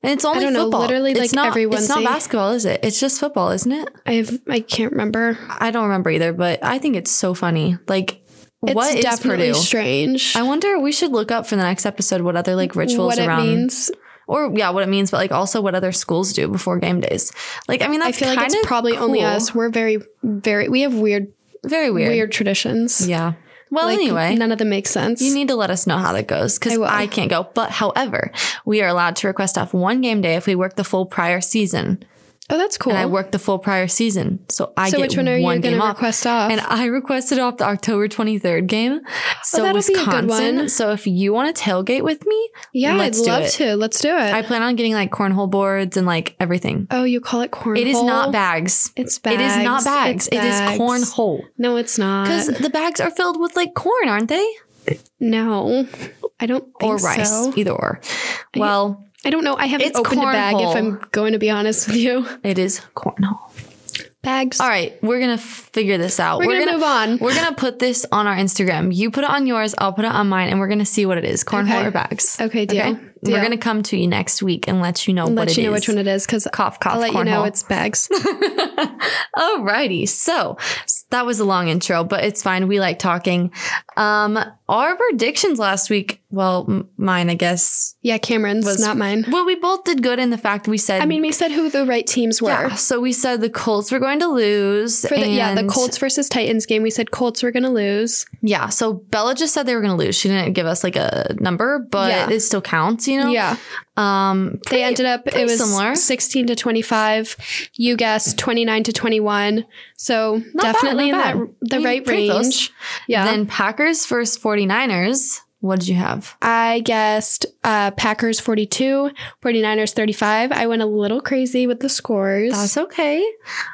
Speaker 2: And it's only
Speaker 1: don't know,
Speaker 2: football.
Speaker 1: literally,
Speaker 2: it's
Speaker 1: like,
Speaker 2: not,
Speaker 1: every
Speaker 2: It's not
Speaker 1: onesie.
Speaker 2: basketball, is it? It's just football, isn't it?
Speaker 1: I have, I can't remember.
Speaker 2: I don't remember either, but I think it's so funny. Like,
Speaker 1: It's
Speaker 2: what is
Speaker 1: definitely
Speaker 2: Purdue?
Speaker 1: strange.
Speaker 2: I wonder. We should look up for the next episode what other like rituals
Speaker 1: what
Speaker 2: around
Speaker 1: it means.
Speaker 2: or yeah, what it means, but like also what other schools do before game days. Like, I mean,
Speaker 1: I
Speaker 2: that's
Speaker 1: feel like
Speaker 2: kind
Speaker 1: it's
Speaker 2: of
Speaker 1: probably only
Speaker 2: cool.
Speaker 1: us. We're very, very, we have weird,
Speaker 2: Very weird.
Speaker 1: weird, traditions.
Speaker 2: Yeah. Well,
Speaker 1: Like,
Speaker 2: anyway,
Speaker 1: none of them make sense.
Speaker 2: you need to let us know how that
Speaker 1: I
Speaker 2: goes because
Speaker 1: will.
Speaker 2: I, can't go. But however, we are allowed to request off one game day if we work the full prior season,
Speaker 1: oh, that's cool.
Speaker 2: and I work the full prior season, so I
Speaker 1: so
Speaker 2: get
Speaker 1: which one are you
Speaker 2: one
Speaker 1: going
Speaker 2: game
Speaker 1: to
Speaker 2: off.
Speaker 1: request off? Oh,
Speaker 2: And I requested off the October 23rd game. So
Speaker 1: that'll be a
Speaker 2: Wisconsin.
Speaker 1: good one.
Speaker 2: So if you want to tailgate with me,
Speaker 1: yeah,
Speaker 2: let's
Speaker 1: I'd
Speaker 2: do
Speaker 1: love
Speaker 2: it.
Speaker 1: to. Let's do it.
Speaker 2: I plan on getting like cornhole boards and like everything.
Speaker 1: oh, you call it cornhole?
Speaker 2: It is not bags.
Speaker 1: It's bags.
Speaker 2: It is not bags.
Speaker 1: It's bags.
Speaker 2: It is cornhole. Uh-huh.
Speaker 1: No, it's not.
Speaker 2: Because the bags are filled with like corn, aren't they?
Speaker 1: no, I don't think
Speaker 2: Or rice,
Speaker 1: so.
Speaker 2: either or. Well,
Speaker 1: I don't know. I haven't
Speaker 2: It's
Speaker 1: opened a bag. If
Speaker 2: cornhole.
Speaker 1: I'm going to be honest with you,
Speaker 2: it is cornhole.
Speaker 1: bags.
Speaker 2: All right, we're gonna figure this out.
Speaker 1: we're, gonna, move on.
Speaker 2: We're gonna put this on our Instagram. You put it on yours. I'll put it on mine, and we're gonna see what it is: cornhole
Speaker 1: Okay.
Speaker 2: or bags.
Speaker 1: Okay, deal. deal.
Speaker 2: We're gonna come to you next week and let you know
Speaker 1: I'll
Speaker 2: what
Speaker 1: let
Speaker 2: it
Speaker 1: you know
Speaker 2: is.
Speaker 1: which one it is because
Speaker 2: Cough, cough.
Speaker 1: I'll let you know
Speaker 2: cornhole.
Speaker 1: it's bags.
Speaker 2: Alrighty. So s- that was a long intro, but it's fine. We like talking. Um, our predictions last week, well, m- mine, I guess.
Speaker 1: yeah, Cameron's
Speaker 2: Was-
Speaker 1: not mine.
Speaker 2: Well, we both did good in the fact we said.
Speaker 1: I mean, we said who the right teams were.
Speaker 2: yeah. So we said the Colts were going to lose.
Speaker 1: For the, yeah, the
Speaker 2: and-
Speaker 1: Colts versus Titans game, we said Colts were going to lose.
Speaker 2: Yeah. So Bella just said they were going to lose. She didn't give us like a number, but
Speaker 1: Yeah.
Speaker 2: it still counts, you know?
Speaker 1: Yeah.
Speaker 2: Um,
Speaker 1: They ended up it was
Speaker 2: similar.
Speaker 1: 16 to 25. You guessed 29 to 21. So
Speaker 2: bad,
Speaker 1: definitely
Speaker 2: not
Speaker 1: in
Speaker 2: bad.
Speaker 1: that the
Speaker 2: I mean,
Speaker 1: right
Speaker 2: pretty
Speaker 1: range.
Speaker 2: close.
Speaker 1: Yeah.
Speaker 2: Then Packers versus 49ers. What did you have?
Speaker 1: I guessed uh, Packers 42, 49ers 35. I went a little crazy with the scores.
Speaker 2: That's okay.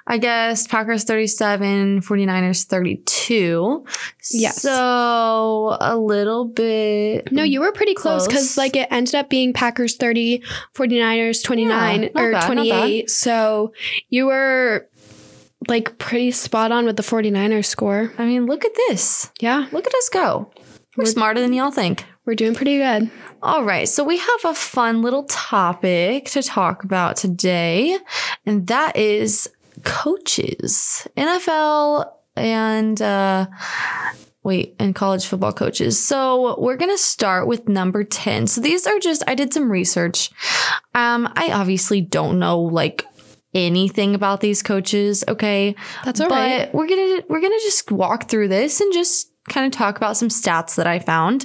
Speaker 2: I guess Packers 37, 49ers 32.
Speaker 1: Yes.
Speaker 2: So a little bit.
Speaker 1: no, you were pretty close
Speaker 2: Close.
Speaker 1: because like it ended up being Packers 30, 49ers 29
Speaker 2: Yeah, not
Speaker 1: or
Speaker 2: bad, not
Speaker 1: 28. So you were like pretty spot on with the 49ers score.
Speaker 2: I mean, look at this.
Speaker 1: Yeah,
Speaker 2: Look at us go. We're
Speaker 1: We're-
Speaker 2: smarter than y'all think.
Speaker 1: we're doing pretty good.
Speaker 2: All right, so we have a fun little topic to talk about today, and that is coaches, NFL, and uh, wait, and college football coaches. So we're gonna start with number ten. So these are just I did some research. Um, I obviously don't know like anything about these coaches. Okay,
Speaker 1: That's all
Speaker 2: but
Speaker 1: right.
Speaker 2: we're gonna we're gonna just walk through this and just kind of talk about some stats that I found.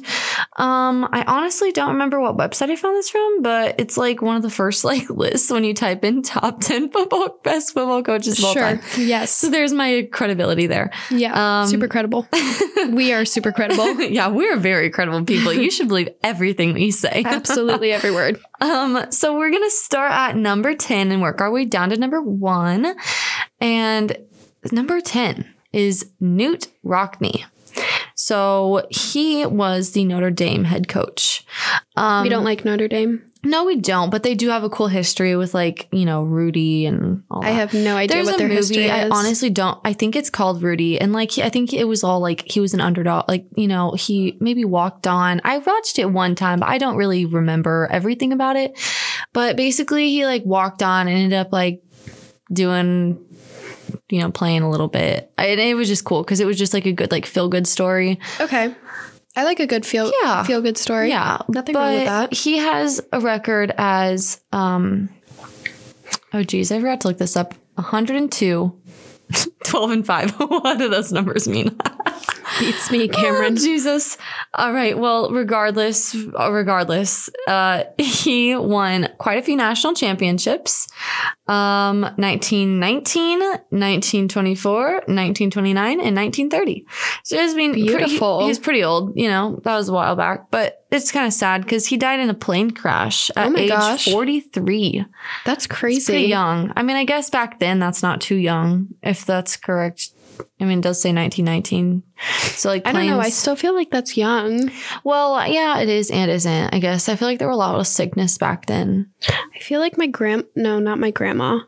Speaker 2: Um, I honestly don't remember what website I found this from, but it's like one of the first like lists when you type in top 10 football best football coaches of all
Speaker 1: Sure.
Speaker 2: time.
Speaker 1: Yes.
Speaker 2: So there's my credibility there.
Speaker 1: Yeah.
Speaker 2: Um,
Speaker 1: super credible. we are super credible.
Speaker 2: yeah, we're very credible people. You should believe everything we say.
Speaker 1: Absolutely every word.
Speaker 2: Um, so we're gonna start at number 10 and work our way down to number one. And number 10 is Newt Rockney. So he was the Notre Dame head coach. Um,
Speaker 1: we don't like Notre Dame.
Speaker 2: No, we don't, but they do have a cool history with like, you know, Rudy and all
Speaker 1: I
Speaker 2: that.
Speaker 1: have no idea
Speaker 2: There's
Speaker 1: what
Speaker 2: a
Speaker 1: their
Speaker 2: movie.
Speaker 1: history is.
Speaker 2: I honestly don't. I think it's called Rudy, and like I think it was all like he was an underdog. Like you know, he maybe walked on. I watched it one time, but I don't really remember everything about it. But basically, he like walked on and ended up like doing. You know, playing a little bit. And it was just cool because it was just like a good, like feel good story.
Speaker 1: okay. I like a good feel
Speaker 2: Yeah.
Speaker 1: feel good story.
Speaker 2: Yeah.
Speaker 1: Nothing wrong with
Speaker 2: but
Speaker 1: that.
Speaker 2: He has a record as um oh geez, I forgot to look this up. 102, 12 and 5. what do those numbers mean?
Speaker 1: Beats me, Cameron.
Speaker 2: Oh, Jesus. All right. Well, regardless, uh, regardless, uh, he won quite a few national championships. Um, 1919, 1924, 1929, and 1930. So it's been pretty-
Speaker 1: Beautiful.
Speaker 2: he's pretty old, you know, that was a while back, but it's kind of sad because he died in a plane crash at
Speaker 1: Oh my
Speaker 2: age
Speaker 1: gosh.
Speaker 2: 43.
Speaker 1: That's
Speaker 2: He's pretty
Speaker 1: crazy.
Speaker 2: young. I mean, I guess back then that's not too young, if that's correct. I mean, it does say 1919. So like,
Speaker 1: I don't know. I
Speaker 2: planes-
Speaker 1: still feel like that's young.
Speaker 2: well, yeah, it is and isn't. I guess I feel like there were a lot of sickness back then.
Speaker 1: I feel like my grand no, not my grandma.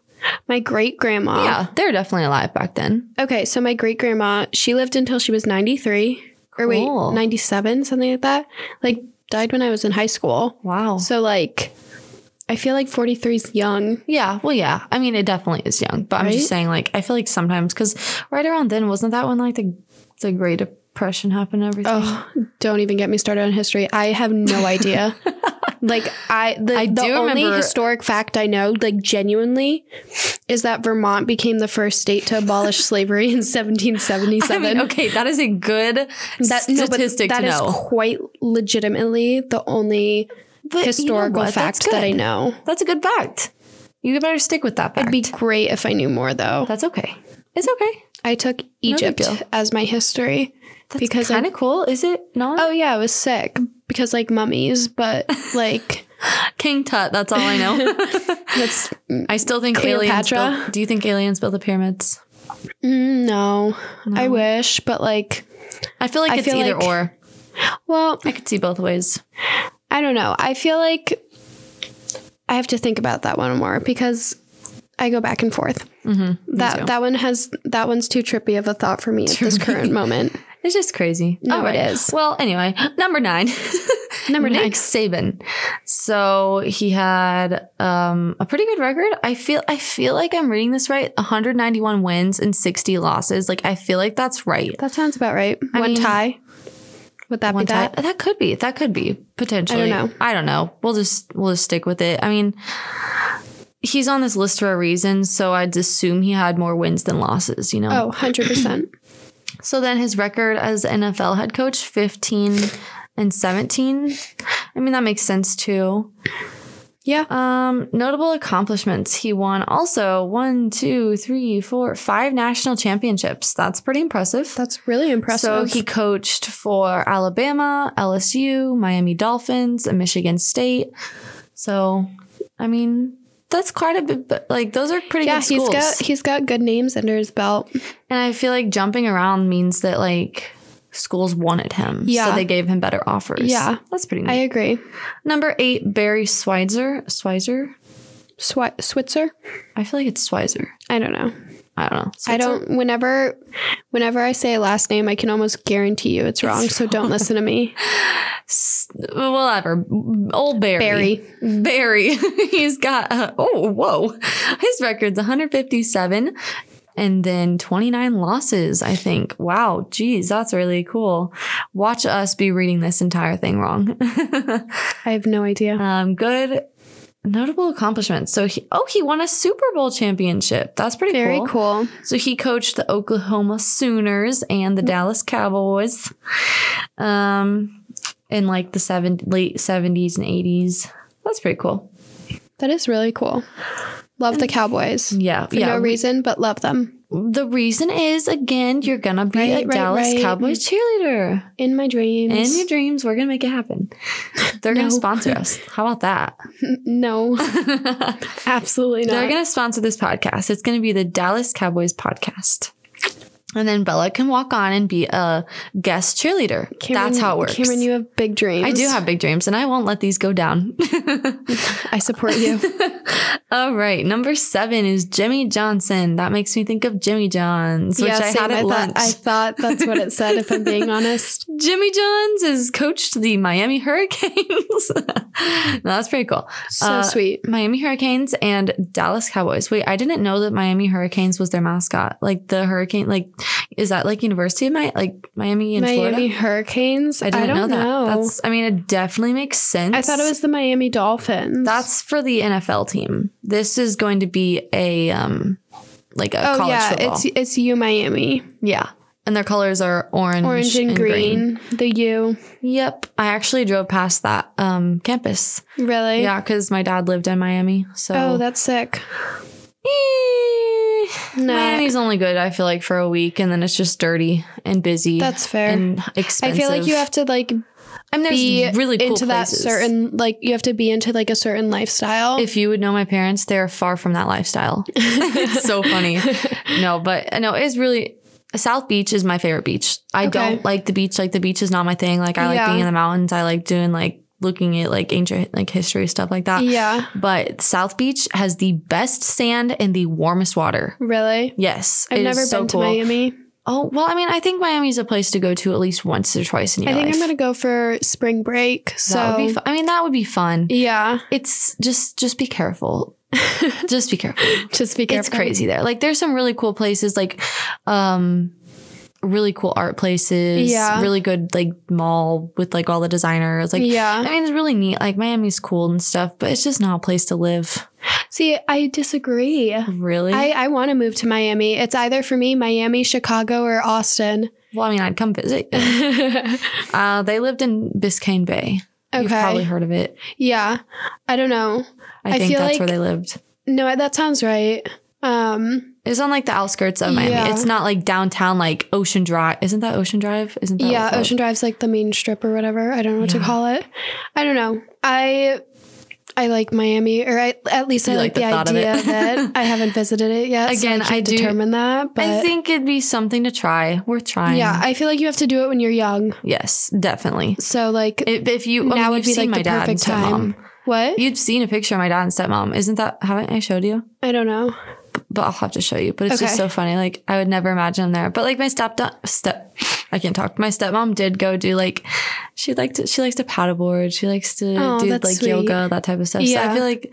Speaker 1: My great grandma.
Speaker 2: Yeah, they were definitely alive back then.
Speaker 1: Okay, so my great grandma, she lived until she was 93 or
Speaker 2: Cool.
Speaker 1: wait, 97, something like that. Like died when I was in high school.
Speaker 2: Wow.
Speaker 1: So like I feel like 43 is young.
Speaker 2: yeah, well, yeah. I mean, it definitely is young, but I'm
Speaker 1: Right?
Speaker 2: just saying, like, I feel like sometimes because right around then wasn't that when like the the Great Depression happened? And everything.
Speaker 1: Oh, don't even get me started on history. I have no idea. like I the,
Speaker 2: I
Speaker 1: the
Speaker 2: do
Speaker 1: only
Speaker 2: remember-
Speaker 1: historic fact I know, like genuinely, is that Vermont became the first state to abolish slavery in 1777.
Speaker 2: I mean, okay, that is a good
Speaker 1: That, no, but
Speaker 2: statistic
Speaker 1: that
Speaker 2: to
Speaker 1: is
Speaker 2: know.
Speaker 1: quite legitimately the only
Speaker 2: But you know
Speaker 1: historical
Speaker 2: what? That's
Speaker 1: fact that I
Speaker 2: good.
Speaker 1: know.
Speaker 2: That's a good fact. You better stick with that fact.
Speaker 1: It'd be great if I knew more though.
Speaker 2: That's okay. It's okay.
Speaker 1: I took
Speaker 2: big
Speaker 1: Egypt
Speaker 2: deal.
Speaker 1: as my history.
Speaker 2: That's
Speaker 1: Because I-
Speaker 2: kind of cool, is it? Not
Speaker 1: Oh yeah, I was sick because like mummies, but like
Speaker 2: King Tut. That's all I know.
Speaker 1: that's
Speaker 2: I still think aliens.
Speaker 1: Cleopatra?
Speaker 2: Built, do you think aliens built the pyramids?
Speaker 1: mm, no, I wish, but like
Speaker 2: I feel like
Speaker 1: I
Speaker 2: it's
Speaker 1: feel
Speaker 2: either
Speaker 1: like-
Speaker 2: or.
Speaker 1: well,
Speaker 2: I could see both ways.
Speaker 1: I don't know. I feel like I have to think about that one more because I go back and forth.
Speaker 2: Mm-hmm.
Speaker 1: That that one has that one's too trippy of a thought for me at this current moment.
Speaker 2: it's just crazy.
Speaker 1: No,
Speaker 2: All right.
Speaker 1: it is.
Speaker 2: Well, anyway, number nine.
Speaker 1: Number
Speaker 2: Nick
Speaker 1: nine.
Speaker 2: Saban. So he had um, a pretty good record. I feel. I feel like I'm reading this right. 191 wins and 60 losses. Like I feel like that's right.
Speaker 1: That sounds about right.
Speaker 2: I
Speaker 1: one
Speaker 2: mean-
Speaker 1: tie. Would that
Speaker 2: One
Speaker 1: be that?
Speaker 2: time- That could be. That could be potentially.
Speaker 1: know.
Speaker 2: I don't know. We'll just we'll just stick with it. I mean, he's on this list for a reason, so I'd assume he had more wins than losses. You
Speaker 1: Oh,
Speaker 2: know.
Speaker 1: 100%.
Speaker 2: So then his record as NFL head coach, 15 and 17. I mean, that makes sense too.
Speaker 1: yeah.
Speaker 2: Um, notable accomplishments. He won also one, two, three, four, five national championships. That's pretty impressive.
Speaker 1: That's really
Speaker 2: So
Speaker 1: impressive.
Speaker 2: he coached for Alabama, LSU, Miami Dolphins, and Michigan State. So, I mean, that's quite a bit, but like those are pretty
Speaker 1: yeah,
Speaker 2: good
Speaker 1: he's
Speaker 2: schools.
Speaker 1: got he's got good names under his belt.
Speaker 2: And I feel like jumping around means that like schools wanted him. So
Speaker 1: Yeah.
Speaker 2: they gave him better offers.
Speaker 1: Yeah.
Speaker 2: That's pretty
Speaker 1: I
Speaker 2: neat.
Speaker 1: agree.
Speaker 2: Number eight, Barry Schweitzer. Schweitzer?
Speaker 1: Swi- Switzer?
Speaker 2: I feel like it's Schweitzer.
Speaker 1: I don't know.
Speaker 2: I don't know.
Speaker 1: I
Speaker 2: Switzer?
Speaker 1: don't whenever whenever I say a last name, I can almost guarantee you it's wrong, so don't listen to me.
Speaker 2: S- Whatever. Old Barry.
Speaker 1: Barry.
Speaker 2: Barry. He's got, uh, oh, whoa. His record's 157 and then 29 losses, I think. Wow. Geez, that's really cool. Watch us be reading this entire thing wrong.
Speaker 1: I have no idea.
Speaker 2: Um, good notable accomplishments. So he oh he won a Super Bowl championship. That's pretty
Speaker 1: Very
Speaker 2: cool.
Speaker 1: cool.
Speaker 2: So he coached the Oklahoma Sooners and the Dallas Cowboys, um, in like the seven late seventies and eighties. That's pretty cool.
Speaker 1: That is really cool. Love the Cowboys.
Speaker 2: Yeah,
Speaker 1: For
Speaker 2: yeah.
Speaker 1: no reason, but love them.
Speaker 2: The reason is again, you're gonna be
Speaker 1: Right,
Speaker 2: a
Speaker 1: right,
Speaker 2: Dallas
Speaker 1: right.
Speaker 2: Cowboys cheerleader.
Speaker 1: In my dreams.
Speaker 2: In your dreams, we're gonna make it happen. They're
Speaker 1: No.
Speaker 2: gonna sponsor us. How about that?
Speaker 1: no,
Speaker 2: They're
Speaker 1: absolutely not.
Speaker 2: gonna sponsor this podcast. It's gonna be the Dallas Cowboys podcast. And then Bella can walk on and be a guest cheerleader.
Speaker 1: Cameron-
Speaker 2: That's how it works.
Speaker 1: Cameron, you have big dreams.
Speaker 2: I do have big dreams and I won't let these go down.
Speaker 1: I support you.
Speaker 2: All right. Number seven is Jimmy Johnson. That makes me think of Jimmy John's, which I
Speaker 1: same.
Speaker 2: had at lunch.
Speaker 1: thought, I thought that's what it said, if I'm being honest.
Speaker 2: Jimmy Johns has coached the Miami Hurricanes. no, that's pretty cool.
Speaker 1: So
Speaker 2: Uh,
Speaker 1: sweet.
Speaker 2: Miami Hurricanes and Dallas Cowboys. Wait, I didn't know that Miami Hurricanes was their mascot. Like the hurricane, like is that like University of Mi- like Miami in
Speaker 1: Miami
Speaker 2: Florida?
Speaker 1: Hurricanes?
Speaker 2: I didn't
Speaker 1: don't
Speaker 2: know that.
Speaker 1: know.
Speaker 2: That's I mean, it definitely makes sense.
Speaker 1: I thought it was the Miami Dolphins.
Speaker 2: that's for the NFL team. This is going to be a um like a
Speaker 1: oh
Speaker 2: college
Speaker 1: yeah,
Speaker 2: football.
Speaker 1: it's it's U Miami,
Speaker 2: yeah. And their colors are orange,
Speaker 1: orange and, green. The U,
Speaker 2: Yep. I actually drove past that um campus.
Speaker 1: really?
Speaker 2: Yeah, because my dad lived in Miami. So
Speaker 1: Oh, that's sick.
Speaker 2: Eh,
Speaker 1: No.
Speaker 2: Miami's only good, I feel like, for a week and then it's just dirty and busy.
Speaker 1: That's fair.
Speaker 2: and
Speaker 1: I
Speaker 2: expensive.
Speaker 1: feel like you have to like
Speaker 2: I mean, there's
Speaker 1: be
Speaker 2: really cool
Speaker 1: into that
Speaker 2: places.
Speaker 1: certain like you have to be into like a certain lifestyle.
Speaker 2: If you would know my parents, they're far from that lifestyle. it's so funny. No, but uh, no, it's really South Beach is my favorite beach. I
Speaker 1: Okay.
Speaker 2: don't like the beach. Like the beach is not my thing. Like I
Speaker 1: Yeah.
Speaker 2: like being in the mountains. I like doing like looking at like ancient like history stuff like that.
Speaker 1: yeah,
Speaker 2: But South Beach has the best sand and the warmest water.
Speaker 1: really.
Speaker 2: Yes,
Speaker 1: I've
Speaker 2: it is
Speaker 1: never been
Speaker 2: so
Speaker 1: to
Speaker 2: cool.
Speaker 1: Miami.
Speaker 2: Oh well, I mean, I think Miami's a place to go to at least once or twice in your
Speaker 1: I think
Speaker 2: life.
Speaker 1: I'm gonna go for spring break. So
Speaker 2: That would be. Fun. I mean, that would be fun.
Speaker 1: yeah,
Speaker 2: It's just, just be careful. just be careful.
Speaker 1: just be careful.
Speaker 2: It's crazy there. Like, there's some really cool places, like, um, really cool art places.
Speaker 1: Yeah.
Speaker 2: Really good like mall with like all the designers. Like, I
Speaker 1: yeah.
Speaker 2: mean, it's really neat. Like Miami's cool and stuff, but it's just not a place to live.
Speaker 1: See, I disagree.
Speaker 2: Really.
Speaker 1: I, I want to move to Miami. It's either for me, Miami, Chicago, or Austin.
Speaker 2: well, I mean, I'd come visit. you.
Speaker 1: okay.
Speaker 2: uh, they lived in Biscayne Bay. You've probably heard of it.
Speaker 1: yeah. I don't know.
Speaker 2: I,
Speaker 1: I
Speaker 2: think
Speaker 1: feel
Speaker 2: that's where
Speaker 1: like-
Speaker 2: they lived.
Speaker 1: No, that sounds right. Um,
Speaker 2: It's on like the outskirts of Miami.
Speaker 1: Yeah.
Speaker 2: It's not like downtown, like Ocean Drive. Isn't that Ocean Drive? Isn't that
Speaker 1: yeah,
Speaker 2: what-
Speaker 1: Ocean Drive's like the main strip or whatever. I don't know what to
Speaker 2: Oh, Yeah.
Speaker 1: call it. I don't know. I I like Miami, or I, at least
Speaker 2: You
Speaker 1: I
Speaker 2: like
Speaker 1: like,
Speaker 2: the
Speaker 1: the
Speaker 2: thought of
Speaker 1: idea
Speaker 2: it.
Speaker 1: of it. I haven't visited it yet. so
Speaker 2: Again,
Speaker 1: I,
Speaker 2: I
Speaker 1: can't
Speaker 2: do-
Speaker 1: determine that. But
Speaker 2: I think it'd be something to try. Worth trying.
Speaker 1: yeah, I feel like you have to do it when you're young.
Speaker 2: yes, definitely.
Speaker 1: So like
Speaker 2: If, if you now I
Speaker 1: now
Speaker 2: mean,
Speaker 1: would
Speaker 2: you've
Speaker 1: be like
Speaker 2: seen my
Speaker 1: the
Speaker 2: dad and
Speaker 1: perfect time.
Speaker 2: stepmom.
Speaker 1: What?
Speaker 2: You've seen a picture of my dad and stepmom. Isn't that haven't I showed you?
Speaker 1: I don't know.
Speaker 2: But I'll have to show you. But it's just
Speaker 1: Okay.
Speaker 2: so funny. Like I would never imagine them there. But like my stepdad step I can't talk. My stepmom did go do like she liked to, she likes to paddleboard. She likes to
Speaker 1: Oh,
Speaker 2: do like
Speaker 1: that's sweet.
Speaker 2: yoga, that type of stuff. So
Speaker 1: Yeah.
Speaker 2: I feel like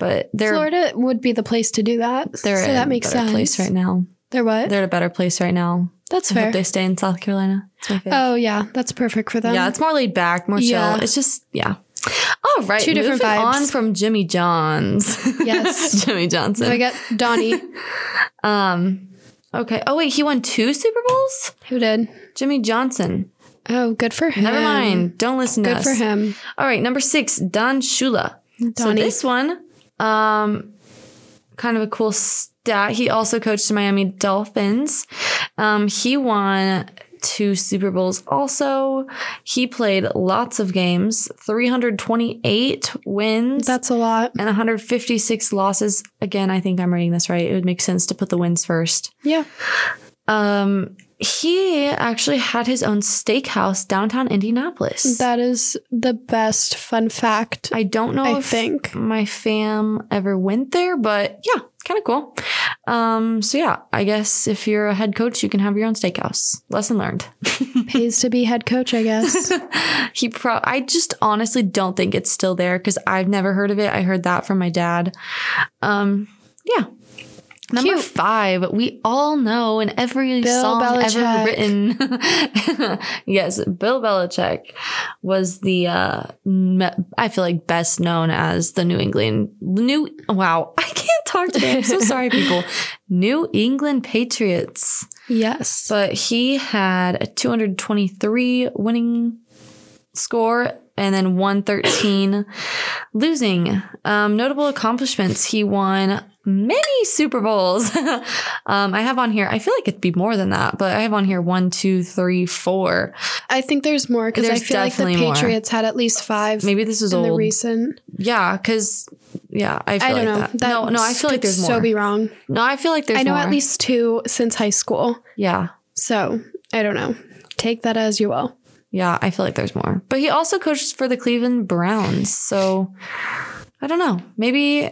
Speaker 2: but they're
Speaker 1: Florida would be the place to do that.
Speaker 2: they're
Speaker 1: so
Speaker 2: in
Speaker 1: that makes
Speaker 2: a better
Speaker 1: sense.
Speaker 2: place right now.
Speaker 1: They're what?
Speaker 2: They're at a better place right now.
Speaker 1: That's
Speaker 2: I
Speaker 1: fair.
Speaker 2: hope they stay in South Carolina. It's my favorite.
Speaker 1: oh yeah, that's perfect for them.
Speaker 2: yeah, it's more laid back, more chill.
Speaker 1: Um, Yeah.
Speaker 2: It's just yeah. All right,
Speaker 1: Two different
Speaker 2: moving
Speaker 1: vibes.
Speaker 2: on from Jimmy Johns.
Speaker 1: Yes. Oh
Speaker 2: Jimmy
Speaker 1: so I
Speaker 2: Johnson.
Speaker 1: got Donnie,
Speaker 2: um, okay. Oh wait, he won two Super Bowls.
Speaker 1: who did.
Speaker 2: Jimmy Johnson.
Speaker 1: Oh, good for him.
Speaker 2: Never mind. Don't listen to
Speaker 1: Good
Speaker 2: us.
Speaker 1: for him.
Speaker 2: All right, number six, Don Shula. So
Speaker 1: Donnie.
Speaker 2: this one, um, kind of a cool stat. He also coached the Miami Dolphins. Um, he won two Super Bowls. Also, he played lots of games, 328 wins.
Speaker 1: That's a lot.
Speaker 2: and 156 losses. Again, I think I'm reading this right. It would make sense to put the wins first.
Speaker 1: Yeah.
Speaker 2: Um, he actually had his own steakhouse downtown Indianapolis.
Speaker 1: That is the best fun fact,
Speaker 2: I don't know
Speaker 1: I,
Speaker 2: if
Speaker 1: think.
Speaker 2: my fam ever went there, but yeah, kind of cool. Um, so yeah, I guess if you're a head coach, you can have your own steakhouse. Lesson learned.
Speaker 1: Pays to be head coach, I guess.
Speaker 2: he pro I just honestly don't think it's still there because I've never heard of it. I heard that from my dad. Um, yeah. Number
Speaker 1: Cute.
Speaker 2: five, we all know in every
Speaker 1: Bill
Speaker 2: song
Speaker 1: Belichick.
Speaker 2: ever written. yes, Bill Belichick was the uh me- I feel like best known as the New England New Wow, I can't talk today. I'm so sorry, people. New England Patriots.
Speaker 1: Yes.
Speaker 2: But he had a 223 winning score and then 113 losing. Um, notable accomplishments. He won many Super Bowls. um, I have on here, I feel like it'd be more than that, but I have on here one, two, three, four.
Speaker 1: I think there's more because I
Speaker 2: There's
Speaker 1: feel like the
Speaker 2: definitely more.
Speaker 1: Patriots had at least five
Speaker 2: Maybe this is
Speaker 1: in the
Speaker 2: old.
Speaker 1: recent.
Speaker 2: yeah, because, yeah, I feel
Speaker 1: I don't
Speaker 2: like
Speaker 1: know.
Speaker 2: that. No, no, I feel like
Speaker 1: could
Speaker 2: there's more.
Speaker 1: So be wrong.
Speaker 2: no, I feel like there's
Speaker 1: I know
Speaker 2: more.
Speaker 1: at least two since high school.
Speaker 2: Yeah.
Speaker 1: So I don't know. Take that as you will.
Speaker 2: Yeah, I feel like there's more. But he also coached for the Cleveland Browns. So I don't know. Maybe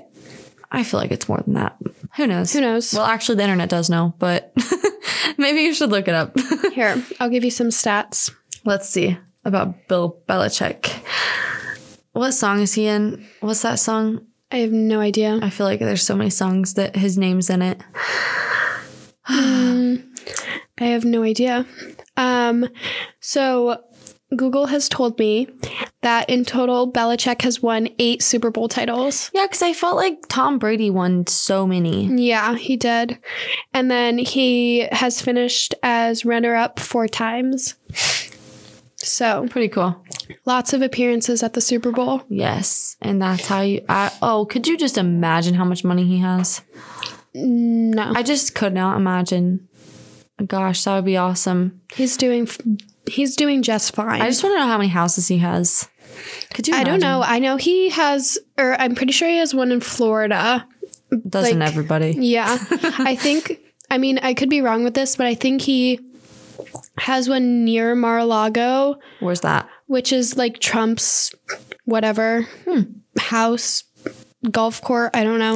Speaker 2: I feel like it's more than that. Who knows?
Speaker 1: Who knows?
Speaker 2: Well, actually, the internet does know, but maybe you should look it up.
Speaker 1: Here, I'll give you some stats.
Speaker 2: Let's see about Bill Belichick. What song is he in? What's that song?
Speaker 1: I have no idea.
Speaker 2: I feel like there's so many songs that his name's in it.
Speaker 1: I have no idea. Um, so Google has told me that in total, Belichick has won eight Super Bowl titles.
Speaker 2: Yeah, because I felt like Tom Brady won so many.
Speaker 1: Yeah, he did. And then he has finished as runner up four times. So
Speaker 2: Pretty cool.
Speaker 1: lots of appearances at the Super Bowl.
Speaker 2: Yes. And that's how you. I, oh, could you just imagine how much money he has?
Speaker 1: No,
Speaker 2: I just could not imagine. Gosh, that would be awesome.
Speaker 1: he's doing f- he's doing just fine.
Speaker 2: I just want to know how many houses he has. Could you?
Speaker 1: I don't
Speaker 2: imagine?
Speaker 1: know. I know he has, or I'm pretty sure he has one in Florida.
Speaker 2: Doesn't
Speaker 1: like-
Speaker 2: everybody?
Speaker 1: Yeah. I think, I mean, I could be wrong with this, but I think he has one near Mar a Lago,
Speaker 2: Where's that?
Speaker 1: which is like Trump's whatever house, golf court. I don't know.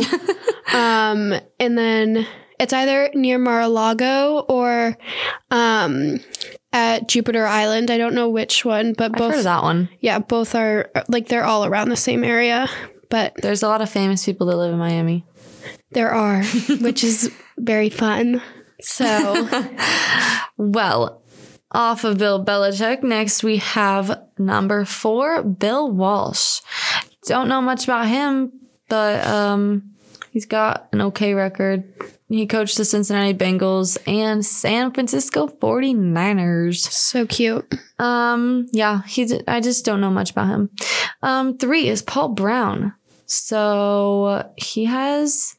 Speaker 1: um, and then it's either near Mar a Lago or um, at Jupiter Island. I don't know which one, but
Speaker 2: I've heard of
Speaker 1: both,
Speaker 2: that one.
Speaker 1: yeah, both are like they're all around the same area. But
Speaker 2: There's a lot of famous people that live in Miami.
Speaker 1: There are, which is very fun. So,
Speaker 2: Well, off of Bill Belichick, next we have number four, Bill Walsh. Don't know much about him, but um, he's got an okay record. He coached the Cincinnati Bengals and San Francisco 49ers.
Speaker 1: so cute.
Speaker 2: Um, yeah, he. d- I just don't know much about him. Um, three is Paul Brown. So he has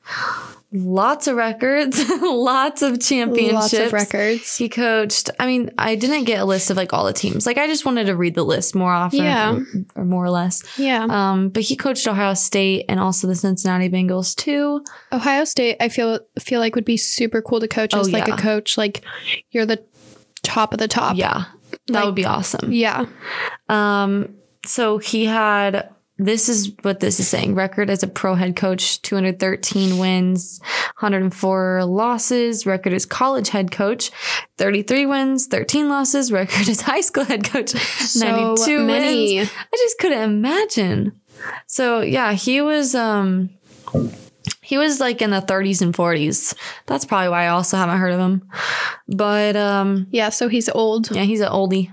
Speaker 2: lots of records, lots of championships.
Speaker 1: Lots of records.
Speaker 2: He coached. I mean, I didn't get a list of like all the teams. Like I just wanted to read the list more often,
Speaker 1: Yeah.
Speaker 2: or more or less.
Speaker 1: Yeah.
Speaker 2: Um, but he coached Ohio State and also the Cincinnati Bengals too.
Speaker 1: Ohio State, I feel feel like would be super cool to coach as
Speaker 2: Oh,
Speaker 1: like
Speaker 2: yeah.
Speaker 1: a coach. Like you're the top of the top.
Speaker 2: Yeah, that
Speaker 1: Like-
Speaker 2: would be awesome.
Speaker 1: Yeah.
Speaker 2: Um, so he had this is what this is saying record as a pro head coach 213 wins 104 losses record as college head coach 33 wins 13 losses record as high school head coach
Speaker 1: So uh,
Speaker 2: 92 wins
Speaker 1: many.
Speaker 2: I just couldn't imagine. So yeah, he was um he was like in the 30s and 40s. That's probably why I also haven't heard of him. But um
Speaker 1: Yeah, so he's old.
Speaker 2: yeah, he's an oldie.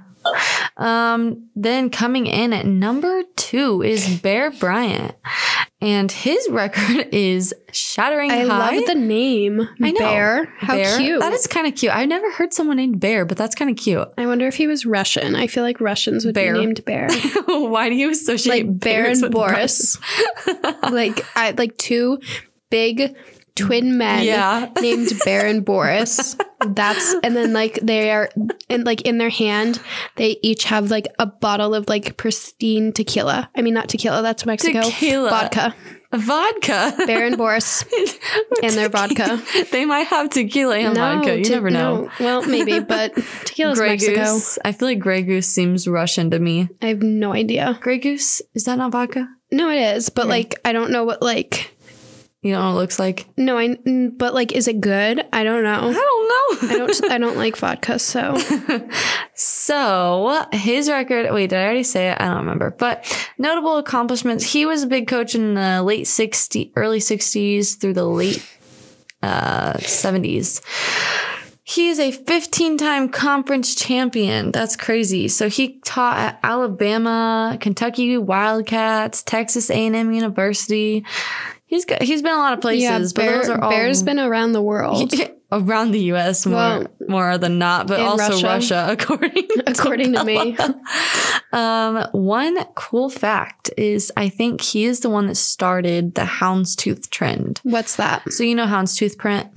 Speaker 2: Um then coming in at number 2 is Bear Bryant. And his record is shattering
Speaker 1: I
Speaker 2: high.
Speaker 1: love the name.
Speaker 2: I know.
Speaker 1: Bear. How
Speaker 2: Bear.
Speaker 1: cute.
Speaker 2: That is kind of cute. I've never heard someone named Bear, but that's kind of cute.
Speaker 1: I wonder if he was Russian. I feel like Russians would
Speaker 2: Bear.
Speaker 1: be named Bear.
Speaker 2: Why do you associate
Speaker 1: like Bear
Speaker 2: bears
Speaker 1: and
Speaker 2: with
Speaker 1: Boris. like I like two big twin men
Speaker 2: Yeah.
Speaker 1: named Bear and Boris. That's and then like they are and like in their hand they each have like a bottle of like pristine tequila. I mean not tequila, that's Mexico.
Speaker 2: Tequila.
Speaker 1: Vodka.
Speaker 2: Vodka.
Speaker 1: Bear and Boris and their vodka.
Speaker 2: they might have tequila and vodka. You
Speaker 1: te-
Speaker 2: never know.
Speaker 1: no. Well, maybe, but tequila's
Speaker 2: Grey
Speaker 1: Mexico.
Speaker 2: Goose. I feel like Grey Goose seems Russian to me.
Speaker 1: I have no idea.
Speaker 2: Grey Goose? Is that not vodka?
Speaker 1: No, it is, but
Speaker 2: Okay.
Speaker 1: like I don't know what like
Speaker 2: You know what it looks like?
Speaker 1: no, I mm, but like is it good? I don't know.
Speaker 2: I don't know.
Speaker 1: I don't I don't like vodka, so
Speaker 2: So his record, wait, did I already say it? I don't remember. But notable accomplishments. He was a big coach in the late 60s, early 60s through the late uh, 70s. He is a 15 time conference champion. That's crazy. So he taught at Alabama, Kentucky Wildcats, Texas A&M University. He's got, he's been a lot of places,
Speaker 1: yeah,
Speaker 2: but
Speaker 1: Bear,
Speaker 2: those are all
Speaker 1: Bear's been around the world,
Speaker 2: around the U.S. more
Speaker 1: Well,
Speaker 2: more than not, but
Speaker 1: in
Speaker 2: also Russia,
Speaker 1: Russia.
Speaker 2: according
Speaker 1: according to me.
Speaker 2: um, one cool fact is I think he is the one that started the houndstooth trend.
Speaker 1: What's that?
Speaker 2: So you know houndstooth print?